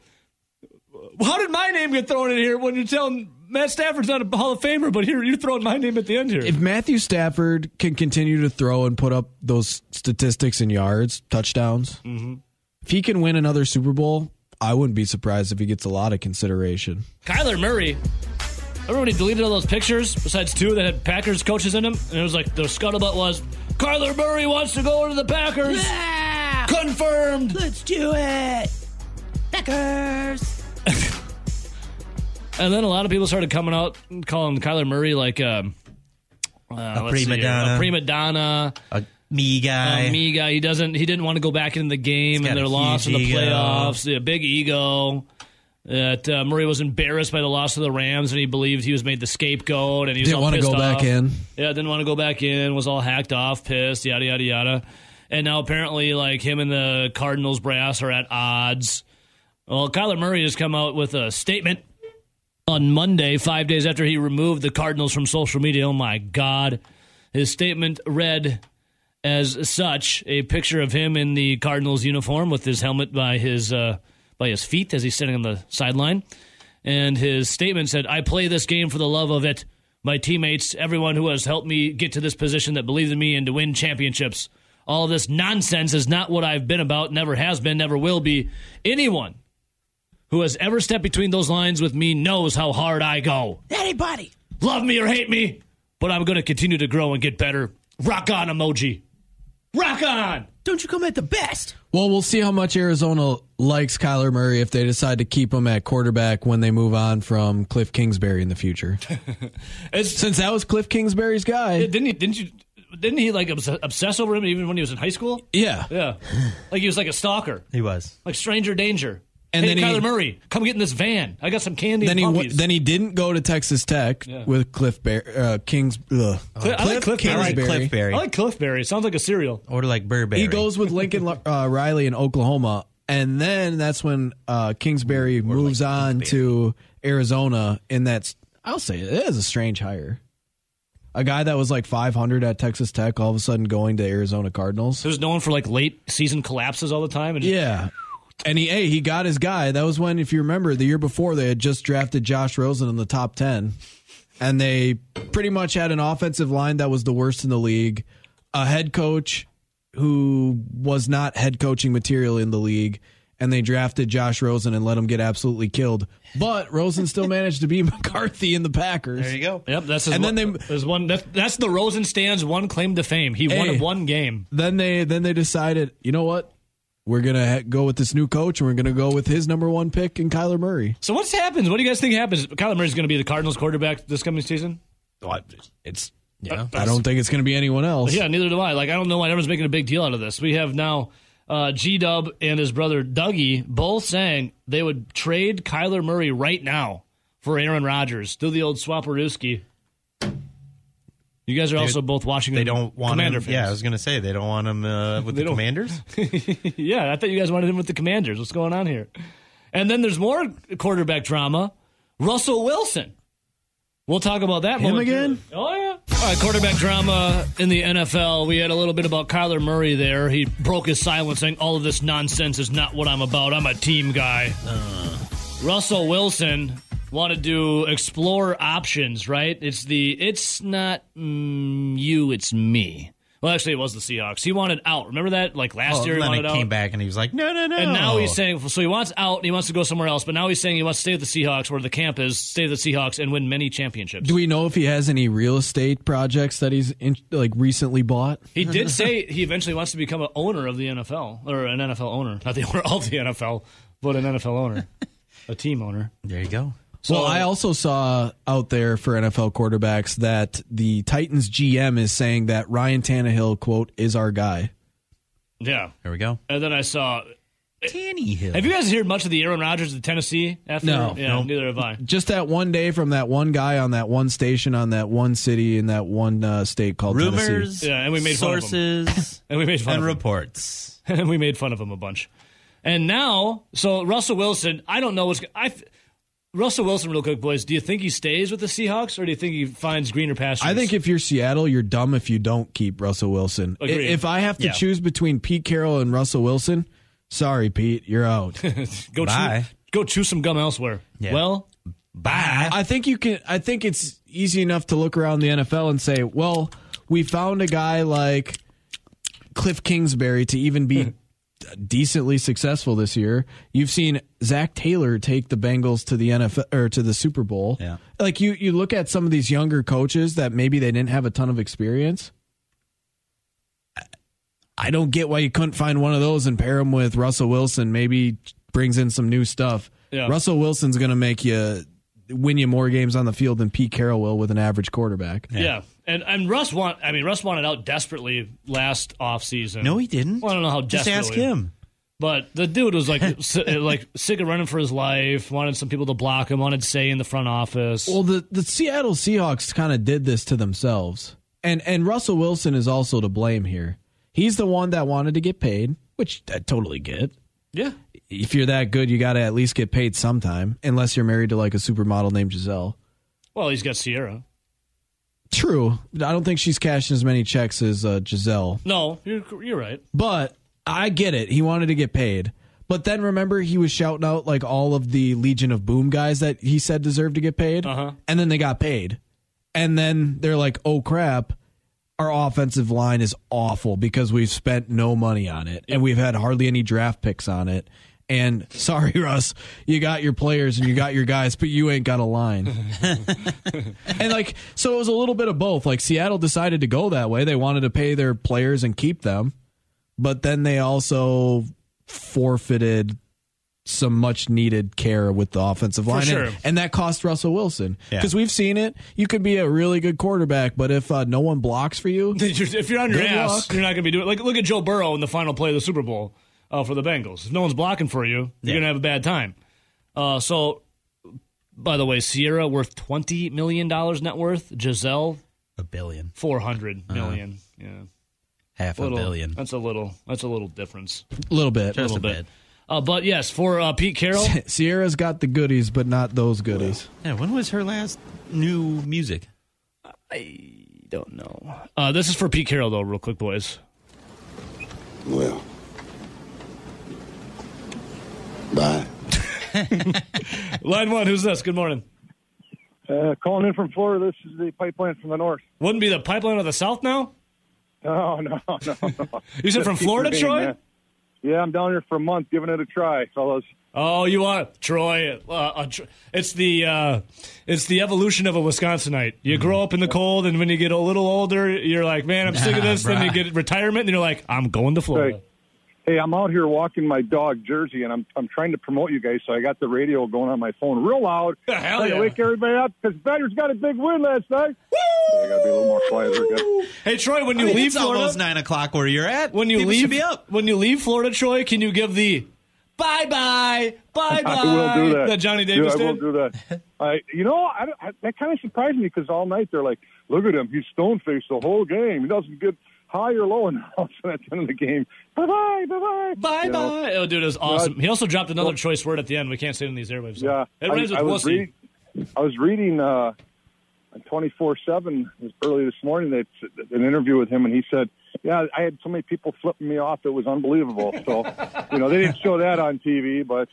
Speaker 1: How did my name get thrown in here when you're telling Matt Stafford's not a Hall of Famer, but here you're throwing my name at the end here?
Speaker 2: If Matthew Stafford can continue to throw and put up those statistics in yards, touchdowns,
Speaker 1: Mm-hmm.
Speaker 2: if he can win another Super Bowl, I wouldn't be surprised if he gets a lot of consideration.
Speaker 1: Kyler Murray. Everybody deleted all those pictures besides two that had Packers coaches in them, and it was like the scuttlebutt was Kyler Murray wants to go to the Packers. Confirmed.
Speaker 4: Let's do it. Packers.
Speaker 1: And then a lot of people started coming out and calling Kyler Murray like um, uh, let's
Speaker 6: prima
Speaker 1: see here,
Speaker 6: donna.
Speaker 1: a prima donna,
Speaker 6: A me guy.
Speaker 1: a me guy. He doesn't. He didn't want to go back into the game,
Speaker 6: got
Speaker 1: and
Speaker 6: a
Speaker 1: their loss in
Speaker 6: huge
Speaker 1: the
Speaker 6: ego.
Speaker 1: playoffs. Yeah, big ego. That uh, Murray was embarrassed by the loss to the Rams, and he believed he was made the scapegoat, and he was
Speaker 2: Didn't
Speaker 1: all
Speaker 2: wanna
Speaker 1: pissed
Speaker 2: go back
Speaker 1: off.
Speaker 2: in.
Speaker 1: Yeah, didn't want to go back in. Was all hacked off, pissed, yada yada yada. And now apparently, like him and the Cardinals brass are at odds. Well, Kyler Murray has come out with a statement on Monday, five days after he removed the Cardinals from social media. Oh my God! His statement read as such: a picture of him in the Cardinals uniform with his helmet by his uh, by his feet as he's sitting on the sideline, and his statement said, "I play this game for the love of it. My teammates, everyone who has helped me get to this position that believed in me and to win championships." All this nonsense is not what I've been about, never has been, never will be. Anyone who has ever stepped between those lines with me knows how hard I go. Anybody. Love me or hate me, but I'm going to continue to grow and get better. Rock on, emoji. Rock on.
Speaker 7: Don't you come at the best?
Speaker 2: Well, we'll see how much Arizona likes Kyler Murray if they decide to keep him at quarterback when they move on from Cliff Kingsbury in the future.
Speaker 1: It's,
Speaker 2: Since that was Cliff Kingsbury's guy.
Speaker 1: didn't he? Didn't you? Didn't he like obs- obsess over him even when he was in high school?
Speaker 2: yeah.
Speaker 1: Yeah, like he was like a stalker,
Speaker 6: He was.
Speaker 1: like stranger danger.
Speaker 2: And
Speaker 1: And hey,
Speaker 2: then he-
Speaker 1: Kyler Murray, come get in this van. I got some candy.
Speaker 2: Then
Speaker 1: and
Speaker 2: he w-
Speaker 1: puppies.
Speaker 2: then he didn't go to Texas Tech with Cliff Bar- uh, Kings ugh.
Speaker 1: Cl- I like Cliff
Speaker 6: I like
Speaker 2: Kingsbury.
Speaker 6: Cliff Berry.
Speaker 1: I like Cliff Berry. Sounds like a cereal.
Speaker 6: or like Burberry.
Speaker 2: He goes with Lincoln uh, Riley in Oklahoma, and then that's when uh, Kingsbury moves on to Arizona. And that's I'll say it is a strange hire. A guy that was like 500 at Texas Tech, all of a sudden going to Arizona Cardinals.
Speaker 1: Who's known for like late season collapses all the time. And
Speaker 2: Yeah. And he, hey, he got his guy. That was when, if you remember, the year before they had just drafted Josh Rosen in the top 10. And they pretty much had an offensive line that was the worst in the league, a head coach who was not head coaching material in the league. And they drafted Josh Rosen and let him get absolutely killed. But Rosen still managed to be McCarthy in the Packers.
Speaker 6: There you go.
Speaker 1: Yep, that's his
Speaker 2: And
Speaker 1: one,
Speaker 2: then they-
Speaker 1: his one. That's, that's the Rosenstein's one claim to fame. He
Speaker 2: Hey.
Speaker 1: won one game.
Speaker 2: Then they then they decided, you know what? We're gonna ha- go with this new coach, and we're gonna go with his number one pick and Kyler Murray.
Speaker 1: So what's happens? What do you guys think happens? Kyler Murray's going to be the Cardinals quarterback this coming season.
Speaker 2: It's yeah. I don't think it's going to be anyone else.
Speaker 1: Yeah, neither do I. Like I don't know why everyone's making a big deal out of this. We have now uh, G Dub and his brother Dougie both saying they would trade Kyler Murray right now for Aaron Rodgers. Do the old swaparooski. You guys are also both watching.
Speaker 6: They don't want
Speaker 1: Commander
Speaker 6: him.
Speaker 1: fans.
Speaker 6: Yeah, I was gonna say they don't want him uh, with the
Speaker 1: don't-
Speaker 6: Commanders.
Speaker 1: Yeah, I thought you guys wanted him with the Commanders. What's going on here? And then there's more quarterback drama. Russell Wilson. We'll talk about that. Him
Speaker 2: again?
Speaker 1: Oh yeah. All right, quarterback drama in the NFL. We had a little bit about Kyler Murray there. He broke his silence, saying all of this nonsense is not what I'm about. I'm a team guy. Uh. Russell Wilson wanted to explore options, right? It's the it's not mm, you, it's me. Well, actually, it was the Seahawks. He wanted out. Remember that? Like last
Speaker 6: Well,
Speaker 1: year, he
Speaker 6: Oh, then it
Speaker 1: wanted out.
Speaker 6: came back and he was like, no, no, no.
Speaker 1: And now he's saying, so he wants out and he wants to go somewhere else, but now he's saying he wants to stay with the Seahawks, where the camp is, stay with the Seahawks and win many championships.
Speaker 2: Do we know if he has any real estate projects that he's in, like recently bought?
Speaker 1: He did say he eventually wants to become an owner of the NFL, or an NFL owner. Not the owner of the NFL, but an NFL owner, a team owner.
Speaker 6: there you go.
Speaker 2: well, I also saw out there for NFL quarterbacks that the Titans GM is saying that Ryan Tannehill quote is our guy.
Speaker 1: Yeah.
Speaker 6: There we go.
Speaker 1: And then I saw.
Speaker 6: Tanny Hill.
Speaker 1: Have you guys heard much of the Aaron Rodgers of Tennessee after?
Speaker 2: No.
Speaker 1: Yeah,
Speaker 2: No.
Speaker 1: neither have I.
Speaker 2: Just that one day from that one guy on that one station on that one city in that one uh, state called Tennessee.
Speaker 6: rumors?
Speaker 1: Yeah, and we made fun of
Speaker 6: sources
Speaker 1: And we made fun
Speaker 6: and
Speaker 1: of him.
Speaker 6: reports.
Speaker 1: and we made fun of him a bunch. And now, so Russell Wilson, I don't know what's. I Russell Wilson, real quick, boys. Do you think he stays with the Seahawks, or do you think he finds greener pastures?
Speaker 2: I think if you're Seattle, you're dumb if you don't keep Russell Wilson. I-
Speaker 1: Agreed.
Speaker 2: If I have to
Speaker 1: Yeah.
Speaker 2: choose between Pete Carroll and Russell Wilson, sorry, Pete, you're out.
Speaker 1: go chew,
Speaker 6: Bye.
Speaker 1: go chew some gum elsewhere.
Speaker 6: Yeah.
Speaker 1: Well,
Speaker 6: Bye.
Speaker 2: I think you can. I think it's easy enough to look around the NFL and say, "Well, we found a guy like Cliff Kingsbury to even be decently successful this year." You've seen Zach Taylor take the Bengals to the NFL or to the Super Bowl.
Speaker 6: Yeah.
Speaker 2: like you, you look at some of these younger coaches that maybe they didn't have a ton of experience. I don't get why you couldn't find one of those and pair him with Russell Wilson. Maybe brings in some new stuff.
Speaker 1: Yeah.
Speaker 2: Russell Wilson's going to make you win you more games on the field than Pete Carroll will with an average quarterback.
Speaker 1: Yeah. And and Russ want I mean Russ wanted out desperately last offseason.
Speaker 6: No, he didn't.
Speaker 1: Well, I don't know how
Speaker 6: Just
Speaker 1: desperately.
Speaker 6: ask him.
Speaker 1: But the dude was like si- like sick of running for his life, wanted some people to block him, wanted say in the front office.
Speaker 2: Well, the, the Seattle Seahawks kind of did this to themselves. And and Russell Wilson is also to blame here. He's the one that wanted to get paid, which I totally get.
Speaker 1: yeah.
Speaker 2: If you're that good, you got to at least get paid sometime, unless you're married to like a supermodel named Giselle.
Speaker 1: Well, he's got Sierra.
Speaker 2: True. I don't think she's cashing as many checks as uh, Giselle,
Speaker 1: No, you're you're right.
Speaker 2: but I get it. He wanted to get paid. But then remember, he was shouting out like all of the Legion of Boom guys that he said deserved to get paid.
Speaker 1: Uh-huh.
Speaker 2: And then they got paid. And then they're like, oh crap, our offensive line is awful because we've spent no money on it and we've had hardly any draft picks on it. And sorry, Russ, you got your players and you got your guys, but you ain't got a line. And like, so it was a little bit of both. Like Seattle decided to go that way. They wanted to pay their players and keep them, but then they also forfeited some much needed care with the offensive line,
Speaker 1: sure.
Speaker 2: and, and that cost Russell Wilson
Speaker 6: Yeah.
Speaker 2: because we've seen it. You could be a really good quarterback, but if uh, no one blocks for you,
Speaker 1: If you're- if you're on your
Speaker 2: Good
Speaker 1: ass,
Speaker 2: luck.
Speaker 1: you're not going to be doing. Like, look at Joe Burrow in the final play of the Super Bowl uh, for the Bengals. If no one's blocking for you, you're going to have a bad time. Uh, so, by the way, Sierra worth twenty million dollars net worth. Giselle
Speaker 6: A billion.
Speaker 1: four hundred million. yeah,
Speaker 6: Half
Speaker 1: little,
Speaker 6: a billion.
Speaker 1: That's a little. That's a little difference. A
Speaker 2: a little bit.
Speaker 6: Just
Speaker 1: little
Speaker 6: a
Speaker 1: bit.
Speaker 6: bit.
Speaker 1: Uh, but yes, for uh, Pete Carroll,
Speaker 2: Sierra's got the goodies, but not those goodies.
Speaker 6: Yeah, when was her last new music?
Speaker 1: don't know. Uh, this is for Pete Carroll though, real quick, boys.
Speaker 7: Well. Bye.
Speaker 1: Line one, who's this? Good morning.
Speaker 8: Uh, calling in from Florida. This is the pipeline from the north.
Speaker 1: Wouldn't be the pipeline of the South now.
Speaker 8: No, no, no. no.
Speaker 1: You said from Florida,
Speaker 8: Keep your
Speaker 1: Troy.
Speaker 8: name, man. Yeah, I'm down here for a month, giving it a try, fellas.
Speaker 1: Oh, you are Troy. Uh, uh, Tr- it's the uh, it's the evolution of a Wisconsinite. You
Speaker 8: Mm-hmm.
Speaker 1: grow up in the cold, and when you get a little older, you're like, "Man, I'm sick of this." then you
Speaker 6: bruh.
Speaker 1: get retirement, and you're like, "I'm going to Florida."
Speaker 8: Right. Hey, I'm out here walking my dog, Jersey, and I'm I'm trying to promote you guys. So I got the radio going on my phone, real loud,
Speaker 1: Hell
Speaker 8: trying
Speaker 1: yeah.
Speaker 8: to wake everybody up because Badgers got a big win last night. Yeah, I gotta be a little more quiet. there, guys.
Speaker 1: Hey, Troy, when you
Speaker 6: It's
Speaker 1: leave Florida,
Speaker 6: almost nine o'clock where you're at.
Speaker 1: when you
Speaker 6: People
Speaker 1: leave
Speaker 6: should be up.
Speaker 1: when you leave Florida, Troy, can you give the bye bye bye bye?
Speaker 8: I will do that.
Speaker 1: Johnny
Speaker 8: Dude,
Speaker 1: Davis
Speaker 8: I will
Speaker 1: did?
Speaker 8: do that. I, you know, I, don't- I, that kind of surprised me because all night they're like, "Look at him. He's stone faced the whole game. He doesn't get high or low." And all of a sudden, at the end of the game, bye bye, bye bye,
Speaker 1: Bye bye. Oh, dude, it was awesome.
Speaker 8: I-
Speaker 1: He also dropped another choice word at the end. We can't say it in these airwaves. so.
Speaker 8: Yeah,
Speaker 1: it rhymes with
Speaker 8: was
Speaker 1: wussy.
Speaker 8: reading. I was reading uh, twenty four seven early this morning. That an interview with him, and he said, "Yeah, I had so many people flipping me off. It was unbelievable." So, you know, they didn't show that on TV, but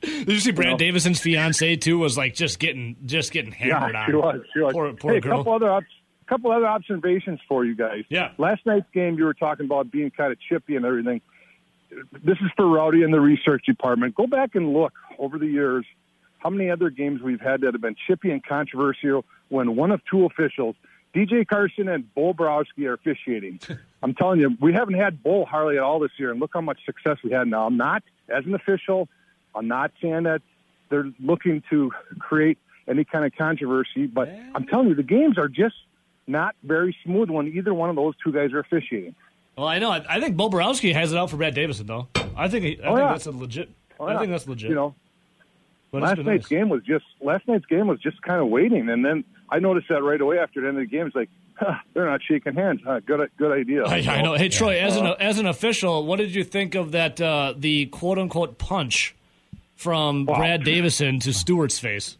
Speaker 1: Did you see Brad Davison's fiance too was like just getting just getting hammered
Speaker 8: yeah,
Speaker 1: on.
Speaker 8: she was. She was.
Speaker 1: Poor, poor
Speaker 8: hey, a
Speaker 1: girl.
Speaker 8: couple other op- couple other observations for you guys.
Speaker 1: Yeah.
Speaker 8: Last night's game, you were talking about being kind of chippy and everything. This is for Rowdy and the research department. Go back and look over the years how many other games we've had that have been chippy and controversial when one of two officials, DJ Carson and Bo Borowski, are officiating. I'm telling you, we haven't had Bo hardly at all this year, and look how much success we had. Now, I'm not, as an official, I'm not saying that they're looking to create any kind of controversy, but I'm telling you, the games are just not very smooth when either one of those two guys are officiating.
Speaker 1: well, I know. I, I think Bo Borowski has it out for Brad Davison though. I think he, I think
Speaker 8: Oh, yeah. Oh,
Speaker 1: that's a legit. I think that's legit.
Speaker 8: You know,
Speaker 1: But it's
Speaker 8: last
Speaker 1: been
Speaker 8: night's
Speaker 1: nice.
Speaker 8: game was just last night's game was just kind of waiting, and then I noticed that right away after the end of the game. It's like huh, they're not shaking hands. Huh, good, good idea.
Speaker 1: I, I know. Hey Troy, as an as an official, what did you think of that uh, the quote unquote punch from Brad Davison to Stewart's face?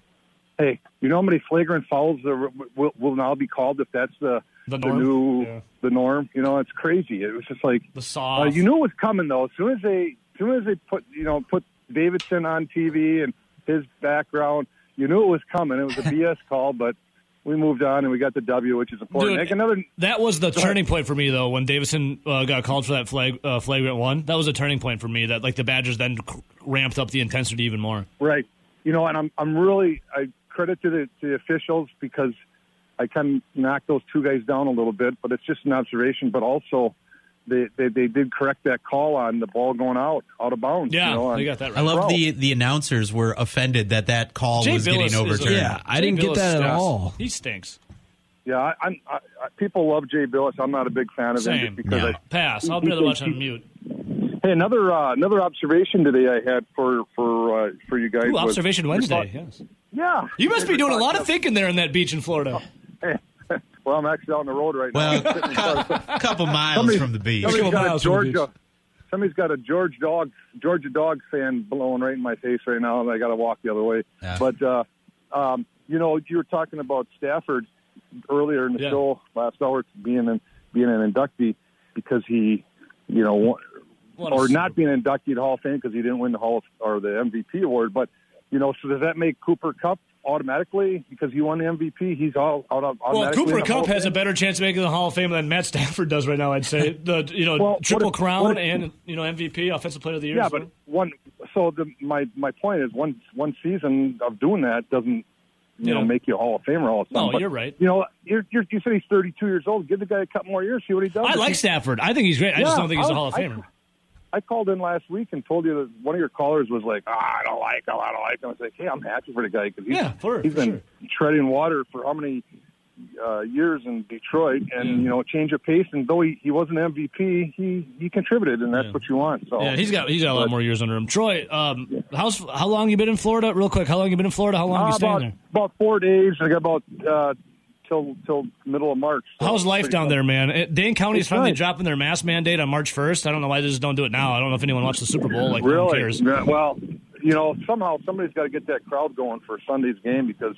Speaker 8: Hey, you know how many flagrant fouls there will, will now be called if that's the
Speaker 1: The norm?
Speaker 8: new
Speaker 1: Yeah.
Speaker 8: the norm? You know, it's crazy. It was just like
Speaker 1: The
Speaker 8: Uh,
Speaker 1: soft.
Speaker 8: you knew it was coming though. As soon as they, as soon as they put, you know, put Davidson on TV and his background, you knew it was coming. It was a BS call, but we moved on and we got the W, which is important.
Speaker 1: Dude,
Speaker 8: Nick, another,
Speaker 1: That was the turning point for me, though, when Davison uh, got called for that flag, uh, flagrant one. That was a turning point for me. That like the Badgers then c- ramped up the intensity even more.
Speaker 8: Right. You know, and I'm I'm really I credit to the to the officials because I kind of knocked those two guys down a little bit, but it's just an observation. But also, they, they they did correct that call on the ball going out out of bounds.
Speaker 1: Yeah,
Speaker 8: you know, on-
Speaker 1: they got that right.
Speaker 6: I love
Speaker 8: Bro.
Speaker 6: the the announcers were offended that that call
Speaker 1: Jay
Speaker 6: was
Speaker 1: Billis
Speaker 6: getting
Speaker 1: is a-
Speaker 6: overturned.
Speaker 2: Yeah, I didn't get
Speaker 1: Billis
Speaker 2: that at
Speaker 1: stinks.
Speaker 2: all.
Speaker 1: He stinks.
Speaker 8: Yeah, I, I'm. I, I, people love Jay Billis. I'm not a big fan of him
Speaker 1: Same.
Speaker 8: just because. I,
Speaker 1: Pass. I'll rather watch on mute.
Speaker 8: hey, another uh, another observation today I had for for uh, for you guys.
Speaker 1: Ooh,
Speaker 8: was-
Speaker 1: observation
Speaker 8: your
Speaker 1: Wednesday.
Speaker 8: thought-
Speaker 1: Yes.
Speaker 8: yeah,
Speaker 1: You must be
Speaker 8: Your
Speaker 1: doing a
Speaker 8: thought-
Speaker 1: lot of thinking there on that beach in Florida.
Speaker 8: Oh. Well, I'm actually on the road right
Speaker 6: Well,
Speaker 8: now. I'm sitting in front of-
Speaker 6: a couple miles from the beach.
Speaker 8: somebody's
Speaker 1: couple
Speaker 8: got a
Speaker 1: miles from the beach.
Speaker 8: Georgia. Somebody's got a George dog, Georgia dog fan blowing right in my face right now, and I got to walk the other way.
Speaker 6: Yeah.
Speaker 8: But uh, um, you know, you were talking about Stafford earlier in the
Speaker 1: Yeah.
Speaker 8: show last hour being an being an inductee because he, you know, wa-
Speaker 1: What a
Speaker 8: or
Speaker 1: Super
Speaker 8: not being inducted Hall of Fame because he didn't win the Hall of, or the MVP award. But you know, so does that make Cooper Cup automatically because he won the MVP? He's all out of
Speaker 1: Well,
Speaker 8: automatically in
Speaker 1: Cooper
Speaker 8: the Hall
Speaker 1: Cup
Speaker 8: of
Speaker 1: has a
Speaker 8: Fame?
Speaker 1: better chance of making the Hall of Fame than Matt Stafford does right now. I'd say the you know
Speaker 8: Well, what
Speaker 1: triple
Speaker 8: if-
Speaker 1: crown
Speaker 8: what if-
Speaker 1: and you know MVP, offensive player of the year.
Speaker 8: Yeah,
Speaker 1: so-
Speaker 8: but one. So the, my my point is one one season of doing that doesn't you
Speaker 1: Yeah.
Speaker 8: know make you a Hall of Famer all of a
Speaker 1: No,
Speaker 8: sudden. But,
Speaker 1: you're right.
Speaker 8: You know, you're, you're, you said he's 32 years old. Give the guy a couple more years. See what he does.
Speaker 1: I
Speaker 8: If
Speaker 1: like
Speaker 8: he-
Speaker 1: Stafford. I think he's great. I just
Speaker 8: Yeah,
Speaker 1: don't think he's a
Speaker 8: I-
Speaker 1: Hall of
Speaker 8: I-
Speaker 1: Famer.
Speaker 8: I called in last week and told you that one of your callers was like, ah, "I don't like him. I don't like him." I was like, "Hey, I'm happy for the guy because he's,
Speaker 1: Yeah, for-
Speaker 8: he's
Speaker 1: for
Speaker 8: been treading water for how many uh, years in Detroit, and
Speaker 1: Yeah.
Speaker 8: you know, change of pace. And though he, he wasn't MVP, he he contributed, and that's what you want. So
Speaker 1: Yeah, he's got he's got a lot more years under him. Troy, um, how's how long you been in Florida? Real quick, how long you been in Florida? How long
Speaker 8: Uh,
Speaker 1: you staying
Speaker 8: about,
Speaker 1: there?
Speaker 8: about four days. I got about uh, till till middle of March. So
Speaker 1: How's life
Speaker 8: pretty
Speaker 1: down
Speaker 8: much-
Speaker 1: there, man? It, Dane County's
Speaker 8: It's
Speaker 1: finally
Speaker 8: nice.
Speaker 1: dropping their mask mandate on March 1st. I don't know why they just don't do it now. I don't know if anyone watched the Super Bowl. Like, no one
Speaker 8: Really?
Speaker 1: cares.
Speaker 8: Yeah, well, you know, somehow somebody's got to get that crowd going for Sunday's game because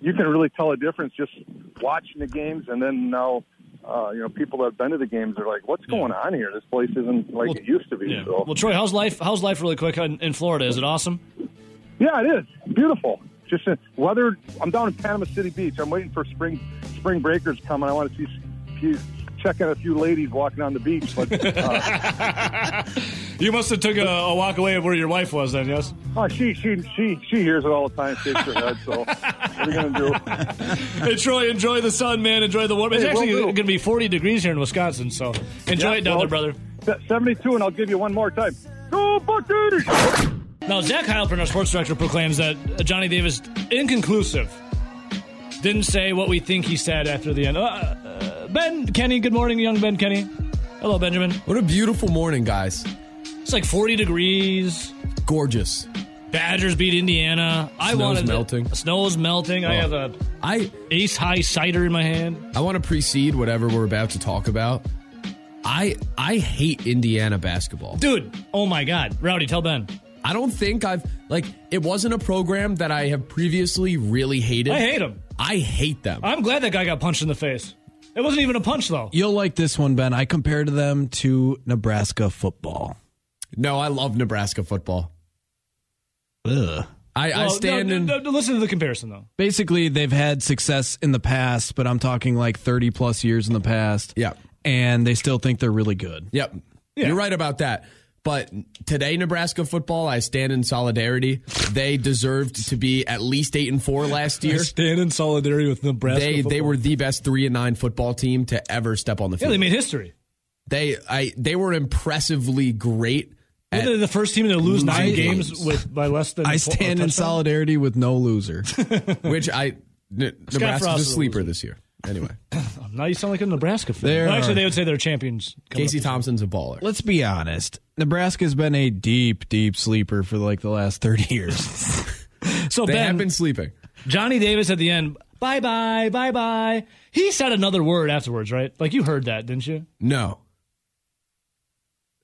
Speaker 8: you can really tell a difference just watching the games, and then now, uh, you know, people that have been to the games are like, "What's going on here? This place isn't like
Speaker 1: Well,
Speaker 8: it used to be."
Speaker 1: Yeah.
Speaker 8: So,
Speaker 1: Well, Troy, how's life? How's life really quick in, in Florida? Is it awesome?
Speaker 8: yeah, it is beautiful. Just uh, weather. I'm down in Panama City Beach. I'm waiting for spring spring breakers coming. I want to see. see check out a few ladies walking on the beach, but uh,
Speaker 1: You must have took a, a walk away of where your wife was then. Yes.
Speaker 8: Oh, she she she she hears it all the time. Shakes her head. So what are you gonna do?
Speaker 1: Hey, Troy, enjoy the sun, man. Enjoy the warm. It's
Speaker 8: Hey, will
Speaker 1: actually
Speaker 8: do.
Speaker 1: going to be 40 degrees here in Wisconsin, so enjoy
Speaker 8: Yeah,
Speaker 1: it down
Speaker 8: well-
Speaker 1: there, brother.
Speaker 8: Se- Seventy-two, and I'll give you one more time. Go Bucky!
Speaker 1: Now, Zach Heilprin, our sports director, proclaims that Johnny Davis, inconclusive, didn't say what we think he said after the end. Uh, uh, ben Kenny, good morning, young Ben Kenny. Hello, Benjamin.
Speaker 9: What a beautiful morning, guys.
Speaker 1: It's like 40 degrees.
Speaker 9: Gorgeous.
Speaker 1: Badgers beat Indiana. I
Speaker 9: Snow's
Speaker 1: wanted
Speaker 9: melting.
Speaker 1: Snow's melting. I have a
Speaker 9: I
Speaker 1: ace high cider in my hand.
Speaker 9: I want to precede whatever we're about to talk about. I I hate Indiana basketball.
Speaker 1: Dude, oh my God. Rowdy, tell Ben.
Speaker 9: I don't think I've like it wasn't a program that I have previously really hated.
Speaker 1: I hate him.
Speaker 9: I hate them.
Speaker 1: I'm glad that guy got punched in the face. It wasn't even a punch, though.
Speaker 2: You'll like this one, Ben. I compared them to Nebraska football.
Speaker 9: no, I love Nebraska football.
Speaker 6: Ugh.
Speaker 9: I, I
Speaker 1: Well,
Speaker 9: stand
Speaker 1: no,
Speaker 9: in
Speaker 1: no, no, listen to the comparison, though.
Speaker 2: Basically, they've had success in the past, but I'm talking like 30 plus years in the past.
Speaker 9: Yeah.
Speaker 2: And they still think they're really good.
Speaker 9: Yep. You're right about that. But today, Nebraska football, I stand in solidarity. They deserved to be at least eight and four last year.
Speaker 1: stand in solidarity with Nebraska.
Speaker 9: They they were the best three and nine football team to ever step on the
Speaker 1: yeah,
Speaker 9: field.
Speaker 1: they made history.
Speaker 9: They I they were impressively great.
Speaker 1: Were
Speaker 9: At,
Speaker 1: they the first team to lose nine games,
Speaker 9: games.
Speaker 1: with by less than?
Speaker 2: I
Speaker 1: a
Speaker 2: stand in
Speaker 1: touchdown?
Speaker 2: solidarity with no loser.
Speaker 9: which I N-
Speaker 1: Frost
Speaker 9: Nebraska's a
Speaker 1: is a
Speaker 9: sleeper this year. Anyway,
Speaker 1: Now you sound like a Nebraska fan.
Speaker 2: There
Speaker 1: Well, actually,
Speaker 2: are-
Speaker 1: they would say they're champions. coming
Speaker 9: Casey
Speaker 1: up.
Speaker 9: Thompson's a baller.
Speaker 2: Let's be honest. Nebraska's been a deep, deep sleeper for like the last 30 years.
Speaker 1: So
Speaker 9: They
Speaker 1: Ben,
Speaker 9: have been sleeping.
Speaker 1: Johnny Davis at the end. Bye bye, bye bye. He said another word afterwards, right? Like you heard that, didn't you?
Speaker 9: No,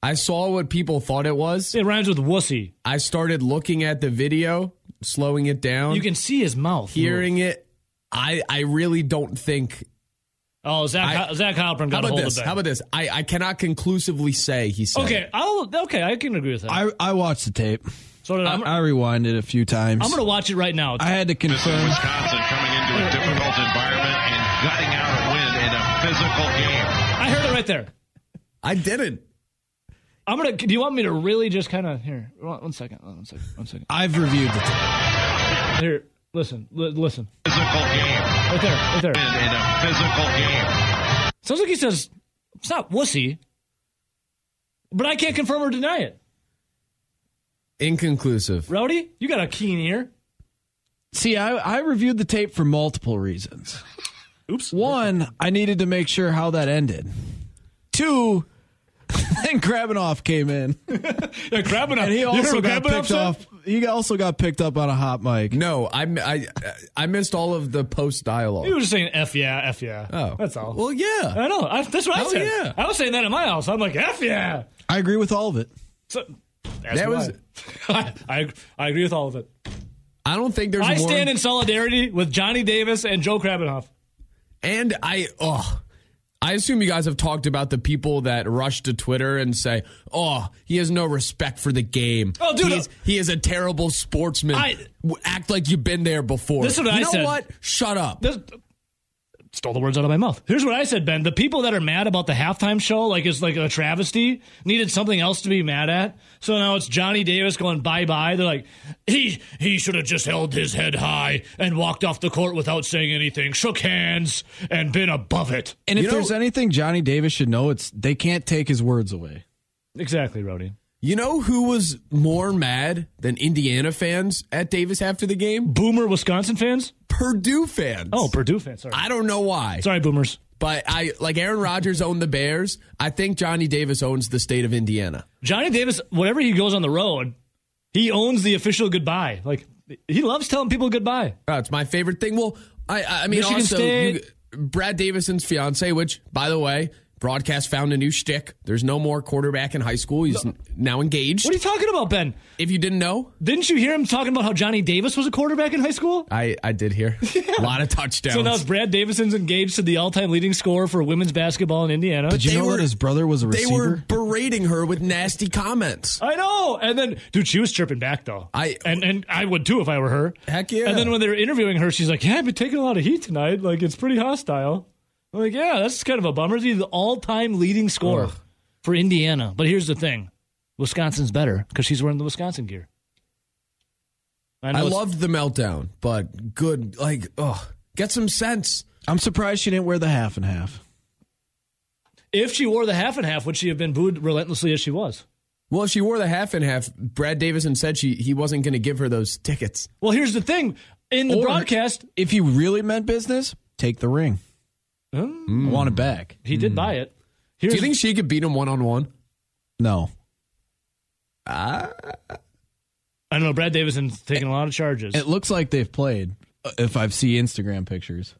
Speaker 9: I saw what people thought it was.
Speaker 1: It rhymes with wussy.
Speaker 9: I started looking at the video, slowing it down.
Speaker 1: You can see his mouth.
Speaker 9: hearing it, I I really don't think.
Speaker 1: Oh, Zach.
Speaker 9: I-
Speaker 1: Zach Halpern
Speaker 9: How
Speaker 1: got a
Speaker 9: about
Speaker 1: hold
Speaker 9: this?
Speaker 1: of Ben.
Speaker 9: How about this? I I cannot conclusively say he said.
Speaker 1: Okay,
Speaker 9: it.
Speaker 1: I'll okay. I can agree with that.
Speaker 2: I, I watched the tape.
Speaker 1: so did I,
Speaker 2: I,
Speaker 1: am
Speaker 2: I rewinded a few times.
Speaker 1: I'm gonna watch it right now.
Speaker 2: I had to
Speaker 3: This is
Speaker 2: confirm.
Speaker 3: Wisconsin coming into a difficult environment and gutting out a win in a physical game.
Speaker 1: I heard it right there.
Speaker 9: I didn't.
Speaker 1: I'm gonna. Do you want me to really just kind of here? One one second. One second. One second.
Speaker 2: I've reviewed the tape.
Speaker 1: Here, listen, li- listen.
Speaker 3: Physical game.
Speaker 1: Right there, right there.
Speaker 3: Win in a physical game.
Speaker 1: Sounds like he says, "It's not wussy." But I can't confirm or deny it.
Speaker 9: Inconclusive.
Speaker 1: Rowdy, you got a keen ear.
Speaker 2: See, I, I reviewed the tape for multiple reasons. Oops. One, I needed to make sure how that ended. Two, then Krabanoff came in,
Speaker 1: Yeah, grabbing up.
Speaker 2: and he also got picked off. He also got picked up on a hot mic.
Speaker 9: No, I I I missed all of the post
Speaker 1: You were
Speaker 9: dialogue.
Speaker 1: just saying F yeah, F yeah.
Speaker 9: Oh.
Speaker 1: That's all.
Speaker 9: Well, yeah.
Speaker 1: I know. I, that's what I
Speaker 9: Hell
Speaker 1: said.
Speaker 9: yeah.
Speaker 1: I was saying that in my house. I'm like, F yeah.
Speaker 2: I agree with all of it.
Speaker 1: So,
Speaker 9: That was-
Speaker 1: I, I, I agree with all of it.
Speaker 9: I don't think there's
Speaker 1: I
Speaker 9: more
Speaker 1: stand in solidarity with Johnny Davis and Joe Krabbenhoff.
Speaker 9: And I, oh, I assume you guys have talked about the people that rush to Twitter and say, "Oh, he has no respect for the game.
Speaker 1: Oh, dude,
Speaker 9: he is,
Speaker 1: uh,
Speaker 9: he is a terrible sportsman.
Speaker 1: I-
Speaker 9: W- Act like you've been there before.
Speaker 1: This is what
Speaker 9: you
Speaker 1: I
Speaker 9: know
Speaker 1: said.
Speaker 9: What? Shut up.
Speaker 1: This, stole the words out of my mouth. Here's what I said, Ben. The people that are mad about the halftime show, like it's like a travesty, needed something else to be mad at. So now it's Johnny Davis going bye bye. They're like, he he should have just held his head high and walked off the court without saying anything, shook hands, and been above it.
Speaker 2: And if
Speaker 9: You know-
Speaker 2: there's anything Johnny Davis should know, it's they can't take his words away.
Speaker 1: Exactly, Rody.
Speaker 9: You know who was more mad than Indiana fans at Davis after the game?
Speaker 1: Boomer Wisconsin fans?
Speaker 9: Purdue fans.
Speaker 1: Oh, Purdue fans. Sorry.
Speaker 9: I don't know why,
Speaker 1: Sorry, Boomers.
Speaker 9: but I like Aaron Rodgers owned the Bears. I think Johnny Davis owns the state of Indiana.
Speaker 1: Johnny Davis, whenever he goes on the road, he owns the official goodbye. Like he loves telling people goodbye.
Speaker 9: Oh, it's my favorite thing. Well, I I mean
Speaker 1: Michigan
Speaker 9: also
Speaker 1: State.
Speaker 9: you- Brad Davison's fiance, which by the way, broadcast found a new shtick. There's no more quarterback in high school. He's n- now engaged.
Speaker 1: What are you talking about, Ben?
Speaker 9: if you didn't know,
Speaker 1: Didn't you hear him talking about how Johnny Davis was a quarterback in high school?
Speaker 9: I I did hear a lot of touchdowns.
Speaker 1: So now it's Brad Davison's engaged to the all-time leading scorer for women's basketball in Indiana.
Speaker 2: Did you
Speaker 9: They
Speaker 2: know
Speaker 9: were-
Speaker 2: that his brother was a
Speaker 9: they
Speaker 2: receiver?
Speaker 9: were berating her with nasty comments.
Speaker 1: I know. And then, dude, she was chirping back though.
Speaker 9: I-
Speaker 1: and and I would too if I were her.
Speaker 9: Heck yeah.
Speaker 1: And then when they were interviewing her, she's like, "Yeah, I've been taking a lot of heat tonight. Like it's pretty hostile." I'm like, "Yeah, that's kind of a bummer. He's the all-time leading scorer
Speaker 9: Ugh.
Speaker 1: for Indiana." But here's the thing: Wisconsin's better because she's wearing the Wisconsin gear. know
Speaker 9: I
Speaker 1: it's-
Speaker 9: loved the meltdown, but good like oh, get some sense.
Speaker 2: I'm surprised she didn't wear the half and half.
Speaker 1: If she wore the half and half, would she have been booed relentlessly as she was?
Speaker 9: Well, if she wore the half and half, Brad Davison said she he wasn't going to give her those tickets.
Speaker 1: Well, here's the thing: in the
Speaker 2: Or-
Speaker 1: broadcast,
Speaker 2: If you really meant business, take the ring. I want it back.
Speaker 1: he did buy it. Here's,
Speaker 9: Hmm. Do you think she could beat him one on one?
Speaker 2: No.
Speaker 1: I don't know. Brad Davison's taking a lot of charges.
Speaker 2: It looks like they've played. uh, If I've seen Instagram pictures,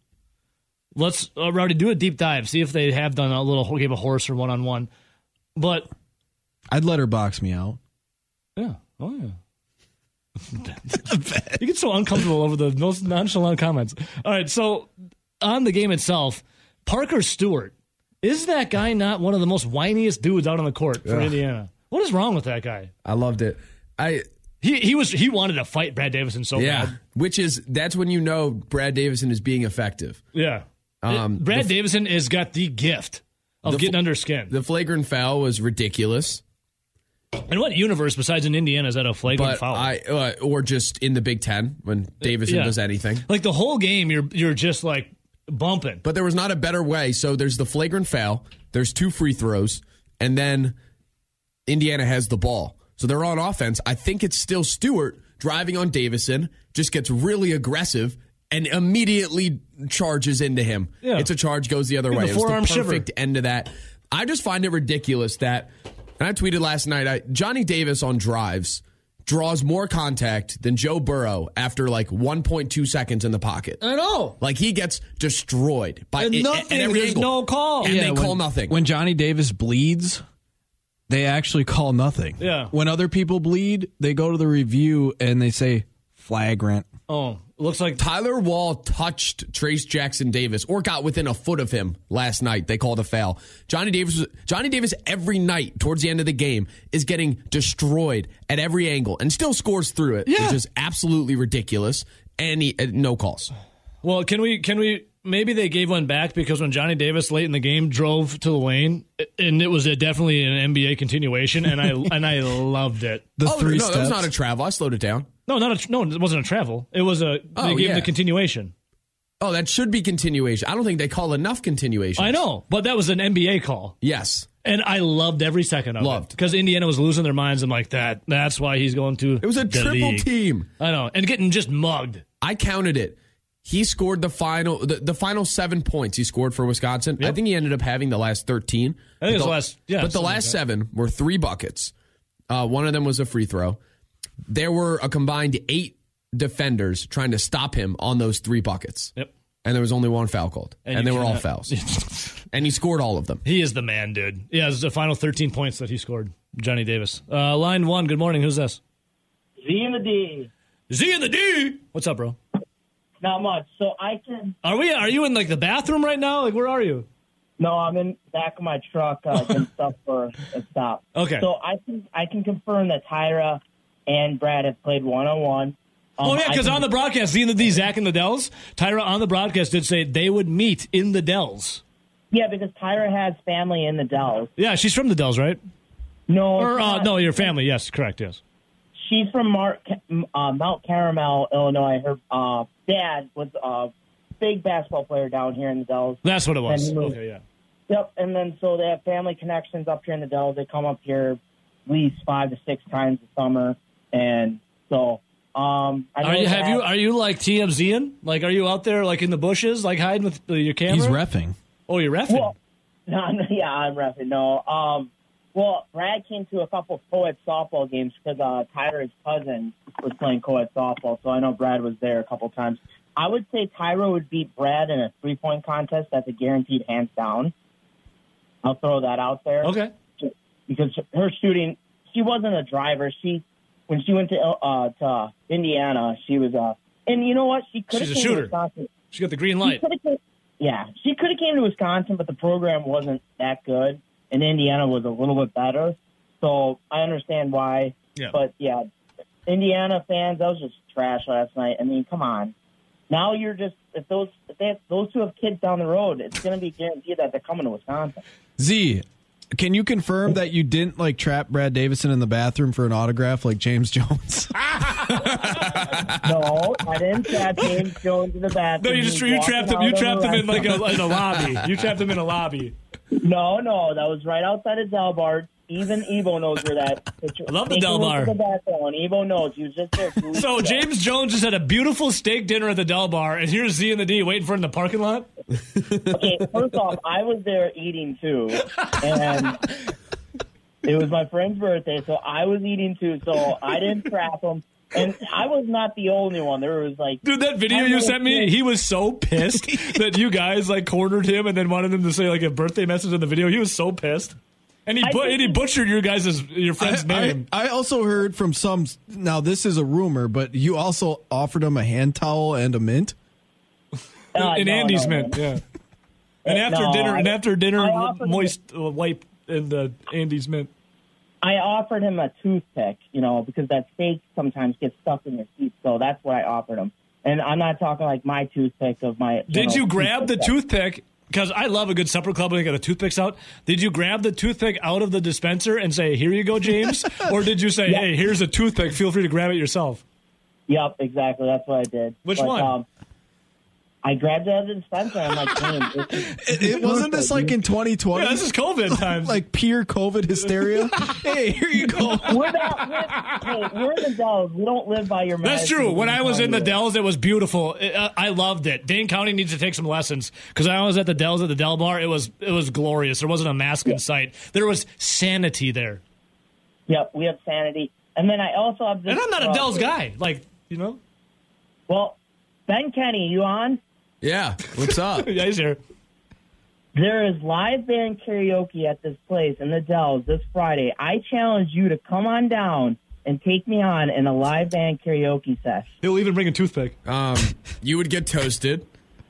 Speaker 1: let's uh, Rowdy do a deep dive, see if they have done a little game of horse or one on one. But
Speaker 2: I'd let her box me out.
Speaker 1: yeah, oh yeah. you get so uncomfortable over the most nonchalant comments. All right, so on the game itself, Parker Stewart is that guy not one of the most whiniest dudes out on the court for Indiana? What is wrong with that guy?
Speaker 9: I loved it. I
Speaker 1: He he was he wanted to fight Brad Davison so
Speaker 9: yeah,
Speaker 1: bad.
Speaker 9: which is that's when you know Brad Davison is being effective.
Speaker 1: Yeah,
Speaker 9: Um,
Speaker 1: It- Brad Davison has got the gift of getting under skin.
Speaker 9: The flagrant foul was ridiculous,
Speaker 1: and what universe besides in Indiana is that a flagrant
Speaker 9: but
Speaker 1: foul?
Speaker 9: I uh, or just in the Big Ten when Davison
Speaker 1: Yeah.
Speaker 9: does anything.
Speaker 1: like the whole game you're you're just like bumping
Speaker 9: But there was not a better way. So there's the flagrant foul. There's two free throws, and then Indiana has the ball. So they're on offense. I think it's still Stewart driving on Davison. Just gets really aggressive and immediately charges into him.
Speaker 1: Yeah.
Speaker 9: It's a charge goes the other
Speaker 1: Get
Speaker 9: way.
Speaker 1: the
Speaker 9: It was
Speaker 1: forearm
Speaker 9: the
Speaker 1: shiver.
Speaker 9: perfect end to that. I just find it ridiculous that, and I tweeted last night. I, Johnny Davis on drives draws more contact than Joe Burrow after like 1.2 seconds in the pocket.
Speaker 1: i know
Speaker 9: Like he gets destroyed by
Speaker 1: And
Speaker 9: it-
Speaker 1: nothing.
Speaker 9: and every
Speaker 1: There's
Speaker 9: angle.
Speaker 1: no call.
Speaker 9: and
Speaker 1: Yeah,
Speaker 9: they
Speaker 2: when-
Speaker 9: call nothing.
Speaker 2: When Johnny Davis bleeds, they actually call nothing.
Speaker 1: Yeah.
Speaker 2: When other people bleed, they go to the review and they say flagrant.
Speaker 1: oh looks like
Speaker 9: Tyler Wall touched Trace Jackson Davis or got within a foot of him last night. They called a foul. Johnny Davis was, Johnny Davis every night towards the end of the game is getting destroyed at every angle and still scores through it,
Speaker 1: Yeah.
Speaker 9: which is absolutely ridiculous. And he, uh, no calls.
Speaker 1: well can we can we maybe they gave one back because when johnny davis late in the game drove to the lane and it was a, definitely an nba continuation and i and i loved it
Speaker 2: The
Speaker 9: Oh,
Speaker 2: three
Speaker 9: no,
Speaker 2: steps.
Speaker 9: that was not a travel. I slowed it down.
Speaker 1: no not a tr- no it wasn't a travel it was a they
Speaker 9: Oh,
Speaker 1: gave
Speaker 9: yeah.
Speaker 1: the continuation
Speaker 9: Oh, that should be continuation. I don't think they call enough continuation.
Speaker 1: i know but that was an nba call
Speaker 9: Yes.
Speaker 1: And I loved every second of it.
Speaker 2: Loved.
Speaker 1: Because Indiana was losing their minds. I'm like, that. that's why he's going to.
Speaker 2: It was a triple team.
Speaker 1: I know. And getting just mugged.
Speaker 2: I counted it. He scored the final the, the final seven points he scored for Wisconsin. I think he ended up having the last thirteen.
Speaker 1: I think it
Speaker 2: But
Speaker 1: was
Speaker 2: the
Speaker 1: last- yeah,
Speaker 2: but the
Speaker 1: something like
Speaker 2: last
Speaker 1: that.
Speaker 2: seven were three buckets. Uh, one of them was a free throw. There were a combined eight defenders trying to stop him on those three buckets,
Speaker 1: Yep.
Speaker 2: and there was only one foul called, and,
Speaker 1: you
Speaker 2: they were all
Speaker 1: cannot-
Speaker 2: fouls, and he scored all of them.
Speaker 1: He is the man, dude. Yeah, it's the final 13 points that he scored, Johnny Davis. Uh, line one, good morning. Who's this?
Speaker 9: Z and the D.
Speaker 1: Z and the D. What's up, bro?
Speaker 9: Not much. So I can.
Speaker 1: Are we? Are you in like the bathroom right now? Like, where are you?
Speaker 9: No, I'm in back of my truck. Uh, some stuff for a stop.
Speaker 1: Okay.
Speaker 9: So I can I can confirm that Tyra and Brad have played Um, one on one.
Speaker 2: Um,
Speaker 1: oh yeah, because on the broadcast, Z and the D, Zach and the Dells, Tyra on the broadcast did say they would meet in the Dells.
Speaker 9: yeah, because Tyra has family in the Dells.
Speaker 1: Yeah, she's from the Dells, right?
Speaker 9: No,
Speaker 1: Or
Speaker 9: it's
Speaker 1: uh,
Speaker 9: not.
Speaker 1: no, your family? Yes, correct. Yes.
Speaker 9: she's from Mark, uh, Mount Carmel, Illinois. Her uh, dad was a big basketball player down here in the Dells.
Speaker 1: That's what it was.
Speaker 9: And he moved.
Speaker 1: Okay, yeah.
Speaker 9: Yep, and then so they have family connections up here in the Dells. They come up here at least five to six times a summer, and so um, I know
Speaker 1: Are you?
Speaker 9: that-
Speaker 1: Have you? Are you like TMZing? Like, are you out there like in the bushes, like hiding with uh, your camera?
Speaker 6: He's refing.
Speaker 1: Oh, you're refing.
Speaker 9: Well, no, I'm- yeah, I'm refing. No, um, well, Brad came to a couple co-ed softball games because uh, Tyra's cousin was playing co-ed softball, so I know Brad was there a couple times. I would say Tyra would beat Brad in a three-point contest. That's a guaranteed hands down. I'll throw that out there.
Speaker 1: okay.
Speaker 9: because her shooting, she wasn't a driver. She when she went to uh, to Indiana, she was uh, and you know what? She could
Speaker 1: She's a
Speaker 9: have came
Speaker 1: shooter.
Speaker 9: to Wisconsin.
Speaker 1: She got the green
Speaker 9: She
Speaker 1: light.
Speaker 9: coulda came, yeah, she could have came to Wisconsin, but the program wasn't that good, and Indiana was a little bit better. So I understand why.
Speaker 1: Yeah.
Speaker 9: But yeah, Indiana fans, that was just trash last night. I mean, come on. Now you're just if those if they have, those two have kids down the road, it's going to be guaranteed that they're coming to Wisconsin.
Speaker 6: Z, can you confirm that you didn't like trap Brad Davison in the bathroom for an autograph like James Jones?
Speaker 9: No, I didn't trap James Jones in the
Speaker 1: No,
Speaker 9: bathroom.
Speaker 1: you just
Speaker 9: He was
Speaker 1: you
Speaker 9: walking
Speaker 1: trapped him.
Speaker 9: out
Speaker 1: You
Speaker 9: on the
Speaker 1: trapped him in like
Speaker 9: restaurant.
Speaker 1: a, in a lobby. You trapped him in a lobby.
Speaker 9: No, no, that was right outside of Delbar. Even Evo knows where that. I
Speaker 1: love the Del Bar.
Speaker 9: The background. Evo knows he was just there. two weeks
Speaker 1: So
Speaker 9: ago.
Speaker 1: James Jones just had a beautiful steak dinner at the Del Bar, and here's Z and the D waiting for him in the parking lot.
Speaker 9: Okay, first off, I was there eating too, and it was my friend's birthday, so I was eating too. So I didn't trap him, and I was not the only one. There was like
Speaker 1: Dude, that video you sent me, he was so pissed that you guys like cornered him and then wanted him to say like a birthday message in the video. He was so pissed, and he
Speaker 9: I
Speaker 1: bu-
Speaker 9: think-
Speaker 1: and he butchered your guys' your friend's
Speaker 6: I,
Speaker 1: name.
Speaker 6: I also heard from some. Now this is a rumor, but you also offered him a hand towel and a mint.
Speaker 9: uh,
Speaker 1: and
Speaker 9: no,
Speaker 1: Andy's
Speaker 9: no,
Speaker 1: mint, yeah. And after
Speaker 9: No,
Speaker 1: dinner,
Speaker 9: I-
Speaker 1: and after dinner,
Speaker 9: I offered-
Speaker 1: moist uh, wipe and uh, Andy's mint.
Speaker 9: I offered him a toothpick, you know, because that steak sometimes gets stuck in your teeth. So that's what I offered him. And I'm not talking like my toothpick of my.
Speaker 1: Did
Speaker 9: know,
Speaker 1: you grab the
Speaker 9: toothpick.
Speaker 1: toothpick? Because I love a good supper club when they got the toothpicks out. Did you grab the toothpick out of the dispenser and say, "Here you go, James," or did you say, "Hey, here's a toothpick. Feel free to grab it yourself"?
Speaker 9: Yep, exactly. That's what I did.
Speaker 1: Which
Speaker 9: But, um,
Speaker 1: one?
Speaker 9: I grabbed it out of the dispenser. I'm like, James, this is-
Speaker 6: It, it wasn't this like in 2020,
Speaker 1: Yeah, this is COVID times.
Speaker 6: like pure COVID hysteria. hey, here you go.
Speaker 9: we're not. We're, hey, we're in the Dells. We don't live by your.
Speaker 1: That's
Speaker 9: medicine.
Speaker 1: true. When I was in the
Speaker 9: Yeah.
Speaker 1: Dells, it was beautiful. It- uh, I loved it. Dane County needs to take some lessons because I was at the Dells at the Del Bar. It was it was glorious. There wasn't a mask in sight. There was sanity there.
Speaker 9: Yep, we have sanity. And then I also have. This,
Speaker 1: And I'm not a
Speaker 9: uh,
Speaker 1: Dells guy. Like you know,
Speaker 9: Well, Ben Kenny, you on?
Speaker 2: Yeah, what's up?
Speaker 1: yeah, he's here.
Speaker 9: There is live band karaoke at this place in the Dells this Friday. I challenge you to come on down and take me on in a live band karaoke set.
Speaker 1: He'll even bring a toothpick.
Speaker 2: Um, you would get toasted.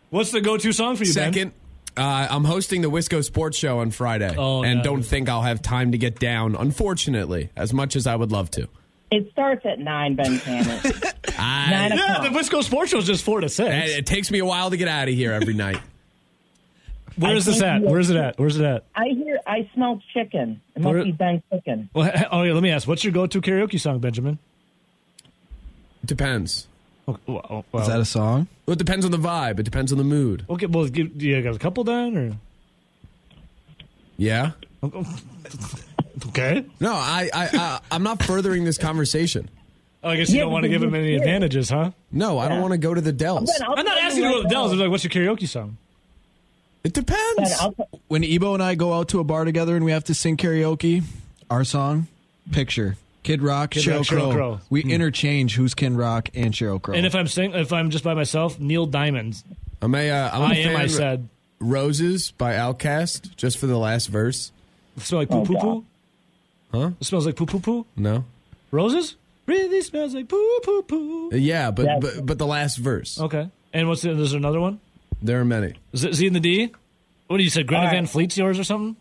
Speaker 1: What's the go-to song for you, Ben?
Speaker 2: Second, uh, I'm hosting the Wisco Sports Show on Friday,
Speaker 1: Oh,
Speaker 2: and
Speaker 1: nice.
Speaker 2: don't think I'll have time to get down. Unfortunately, as much as I would love to,
Speaker 9: It starts at nine, Ben Cannon.
Speaker 2: I,
Speaker 9: Nine
Speaker 1: Yeah,
Speaker 9: o'clock.
Speaker 1: the Wisco Sports Show is just four to six.
Speaker 2: and it takes me a while to get out of here every night.
Speaker 1: Where is this at? Where is it at? Where's it at?
Speaker 9: I hear. I smell chicken. It must
Speaker 1: Where-
Speaker 9: be Ben Chicken.
Speaker 1: Well, he- oh yeah, let me ask. What's your go-to karaoke song, Benjamin?
Speaker 2: Depends.
Speaker 1: Okay, well,
Speaker 6: Is that a song?
Speaker 2: Well, it depends on the vibe. It depends on the mood.
Speaker 1: okay, well, give, do you got a couple then, or
Speaker 2: Yeah.
Speaker 1: Okay.
Speaker 2: No, I, I, I I'm not furthering this conversation.
Speaker 1: Oh, I guess you Yeah, don't wanna because give him you any did. advantages, huh?
Speaker 2: No, I don't
Speaker 1: Yeah.
Speaker 2: want to go to the Dells.
Speaker 1: I'm not asking you to go to the Dells. I'm like, what's your karaoke song?
Speaker 2: It depends.
Speaker 3: When Ebo and I go out to a bar together and we have to sing karaoke, our song, picture. Kid Rock,
Speaker 1: Kid
Speaker 3: Sheryl,
Speaker 1: Rock, Sheryl
Speaker 3: Crow.
Speaker 1: Crow. Hmm.
Speaker 3: We interchange who's Kid Rock and Sheryl Crow.
Speaker 1: And if I'm sing, if I'm just by myself, Neil Diamond.
Speaker 2: I'm a, uh, I'm a
Speaker 1: I am,
Speaker 2: fan
Speaker 1: I
Speaker 2: of
Speaker 1: said.
Speaker 2: Roses by Outcast, just for the last verse.
Speaker 1: smell like poo poo poo.
Speaker 2: Huh?
Speaker 1: It smells like poo poo poo.
Speaker 2: No.
Speaker 1: Roses really smells like poo poo poo.
Speaker 2: Yeah, but but, but the last verse.
Speaker 1: Okay. And what's the, there's another one?
Speaker 2: There are many.
Speaker 1: Is it Z and the D? What do you say? Greta
Speaker 9: All right.
Speaker 1: Van Fleet's yours or something?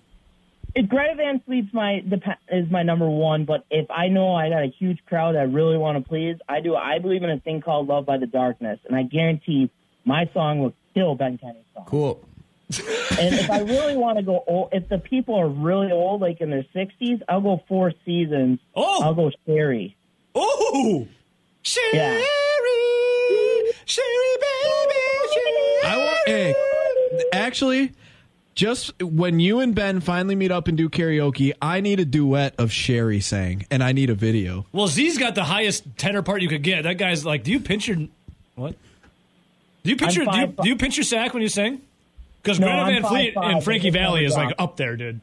Speaker 9: If Greta Van Fleet's my dep- is my number one, but if I know I got a huge crowd I really want to please, I do. I believe in a thing called Love by the Darkness, and I guarantee my song will kill Ben Kenny's song.
Speaker 2: Cool.
Speaker 9: and if I really want to go old, if the people are really old, like in their sixties, I'll go Four Seasons.
Speaker 1: Oh,
Speaker 9: I'll go Sherry.
Speaker 1: Oh, Sherry,
Speaker 9: yeah.
Speaker 1: Sherry, baby, Sherry.
Speaker 3: I want. Hey, actually, just when you and Ben finally meet up and do karaoke, I need a duet of Sherry sang, and I need a video.
Speaker 1: Well, Z's got the highest tenor part you could get. That guy's like, do you pinch your what? Do you pinch
Speaker 9: I'm
Speaker 1: your do you,
Speaker 9: five-
Speaker 1: do you pinch your sack when you sing? Because
Speaker 9: No,
Speaker 1: Greta
Speaker 9: I'm
Speaker 1: Van
Speaker 9: five
Speaker 1: Fleet
Speaker 9: five.
Speaker 1: and Frankie
Speaker 9: It's just
Speaker 1: Valley is
Speaker 9: never
Speaker 1: like
Speaker 9: dropped.
Speaker 1: up there, dude.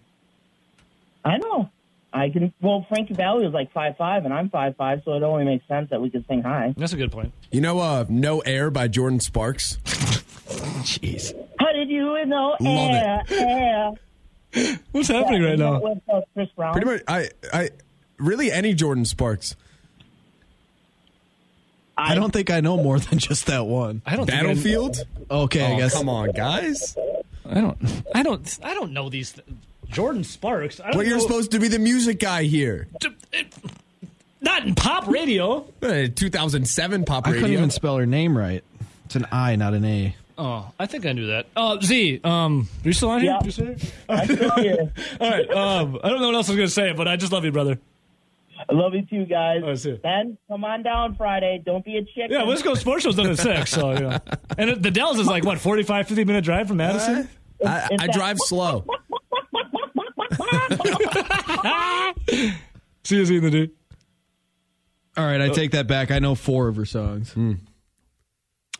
Speaker 9: I know. I can. Well, Frankie Valley was like five five, and I'm five five, so it only makes sense that we could sing high.
Speaker 1: That's a good point.
Speaker 2: You know, uh, "No Air" by Jordan Sparks.
Speaker 1: Jeez,
Speaker 9: How did you know?
Speaker 2: Love
Speaker 9: air, air.
Speaker 1: what's happening right now?
Speaker 9: With, uh, Chris Brown.
Speaker 2: Pretty much, I, I really any Jordan Sparks.
Speaker 3: I, don't think I know more than just that one.
Speaker 1: I don't think I-
Speaker 2: Battlefield.
Speaker 3: Okay, I
Speaker 2: Oh,
Speaker 3: guess.
Speaker 2: Come on, guys.
Speaker 1: I don't. I don't. I don't know these. Th- Jordan Sparks. I don't
Speaker 2: Well, you're
Speaker 1: know-
Speaker 2: supposed to be the music guy here.
Speaker 1: not in pop radio.
Speaker 2: Uh, 2007 pop
Speaker 3: I couldn't
Speaker 2: radio.
Speaker 3: even spell her name right. It's an I, not an A.
Speaker 1: Oh, I think I knew that. Uh, Z, um, are you still on here?
Speaker 9: Yeah.
Speaker 1: You still here?
Speaker 9: I'm still here.
Speaker 1: All right. Um, I don't know what else I was gonna say, but I just love you, brother.
Speaker 9: I love you too, guys.
Speaker 1: I see.
Speaker 9: Ben, come on down Friday. Don't be a chicken.
Speaker 1: Yeah, Wisco Sports Show's done at six. So yeah, and it- the Dells is like what 45, 50 minute drive from Madison.
Speaker 2: I, I drive slow.
Speaker 1: See you, Z, and the dude.
Speaker 3: All right, I take that back. I know four of her songs.
Speaker 2: Hmm.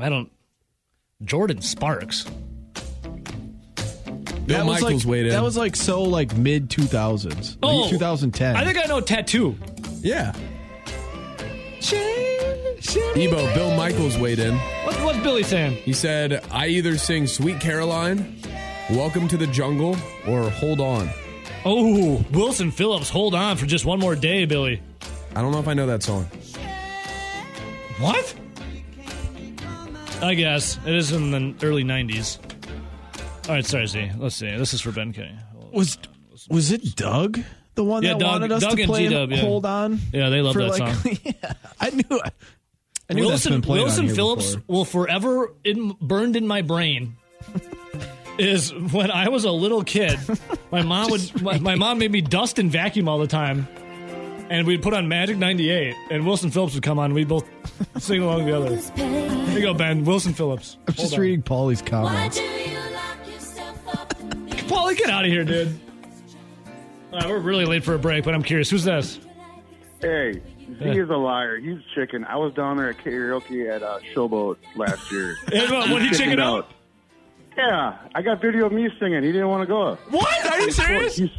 Speaker 1: I don't. Jordan Sparks.
Speaker 2: Bill
Speaker 3: that
Speaker 2: Michaels
Speaker 3: was like,
Speaker 2: weighed in.
Speaker 3: That was like so like mid two thousands,
Speaker 1: Oh.
Speaker 3: 2010.
Speaker 1: I think I know tattoo.
Speaker 2: yeah. Ebo, Bill Michaels weighed in.
Speaker 1: What, what's Billy saying?
Speaker 2: He said, I either sing Sweet Caroline, Welcome to the Jungle, or Hold On.
Speaker 1: Oh, Wilson Phillips, hold on for just one more day, Billy.
Speaker 2: I don't know if I know that song.
Speaker 1: What? I guess it is in the early '90s. All right, sorry, Z. Let's see. This is for Ben Kenny.
Speaker 3: was was it Doug the one
Speaker 1: Yeah,
Speaker 3: that
Speaker 1: Doug-
Speaker 3: wanted us
Speaker 1: Doug
Speaker 3: to
Speaker 1: and
Speaker 3: play
Speaker 1: G-Dub, yeah.
Speaker 3: Hold On?
Speaker 1: Yeah, they love
Speaker 3: for
Speaker 1: that
Speaker 3: like-
Speaker 1: song.
Speaker 3: yeah, I knew. I, knew that's
Speaker 1: Wilson
Speaker 3: been played on
Speaker 1: Wilson
Speaker 3: here
Speaker 1: Phillips
Speaker 3: before.
Speaker 1: will forever in, burned in my brain. Is when I was a little kid, my mom would my, my mom made me dust and vacuum all the time, and we'd put on Magic '98, and Wilson Phillips would come on. and We'd both sing along together. There you go, Ben. Wilson Phillips.
Speaker 3: I'm just reading Paulie's comments.
Speaker 1: Paulie, get out of here, dude. All right, we're really late for a break, but I'm curious. Who's this?
Speaker 8: Hey, Z is a liar. He's chicken. I was down there at karaoke at uh, Showboat last year.
Speaker 1: Hey, what, what are you
Speaker 8: He's
Speaker 1: checking out?
Speaker 8: Yeah, I got video of me singing. He didn't want to go.
Speaker 1: What? Are you serious?
Speaker 8: He's,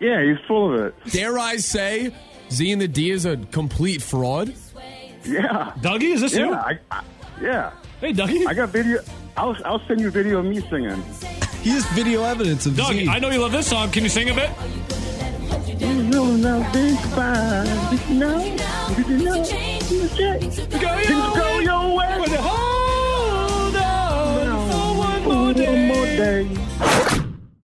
Speaker 8: yeah, he's full of it.
Speaker 2: Dare I say, Z and the D is a complete fraud?
Speaker 8: Yeah,
Speaker 1: Dougie, is this
Speaker 8: yeah,
Speaker 1: you?
Speaker 8: I, I, yeah.
Speaker 1: Hey, Dougie.
Speaker 8: I got video. I'll I'll send you video of me singing.
Speaker 3: He has video evidence of
Speaker 1: Doug,
Speaker 3: Z.
Speaker 1: I know you love this song. Can you sing a bit? Go your
Speaker 8: Go
Speaker 1: way,
Speaker 8: your way.
Speaker 1: but hold on for one more day.
Speaker 8: Day.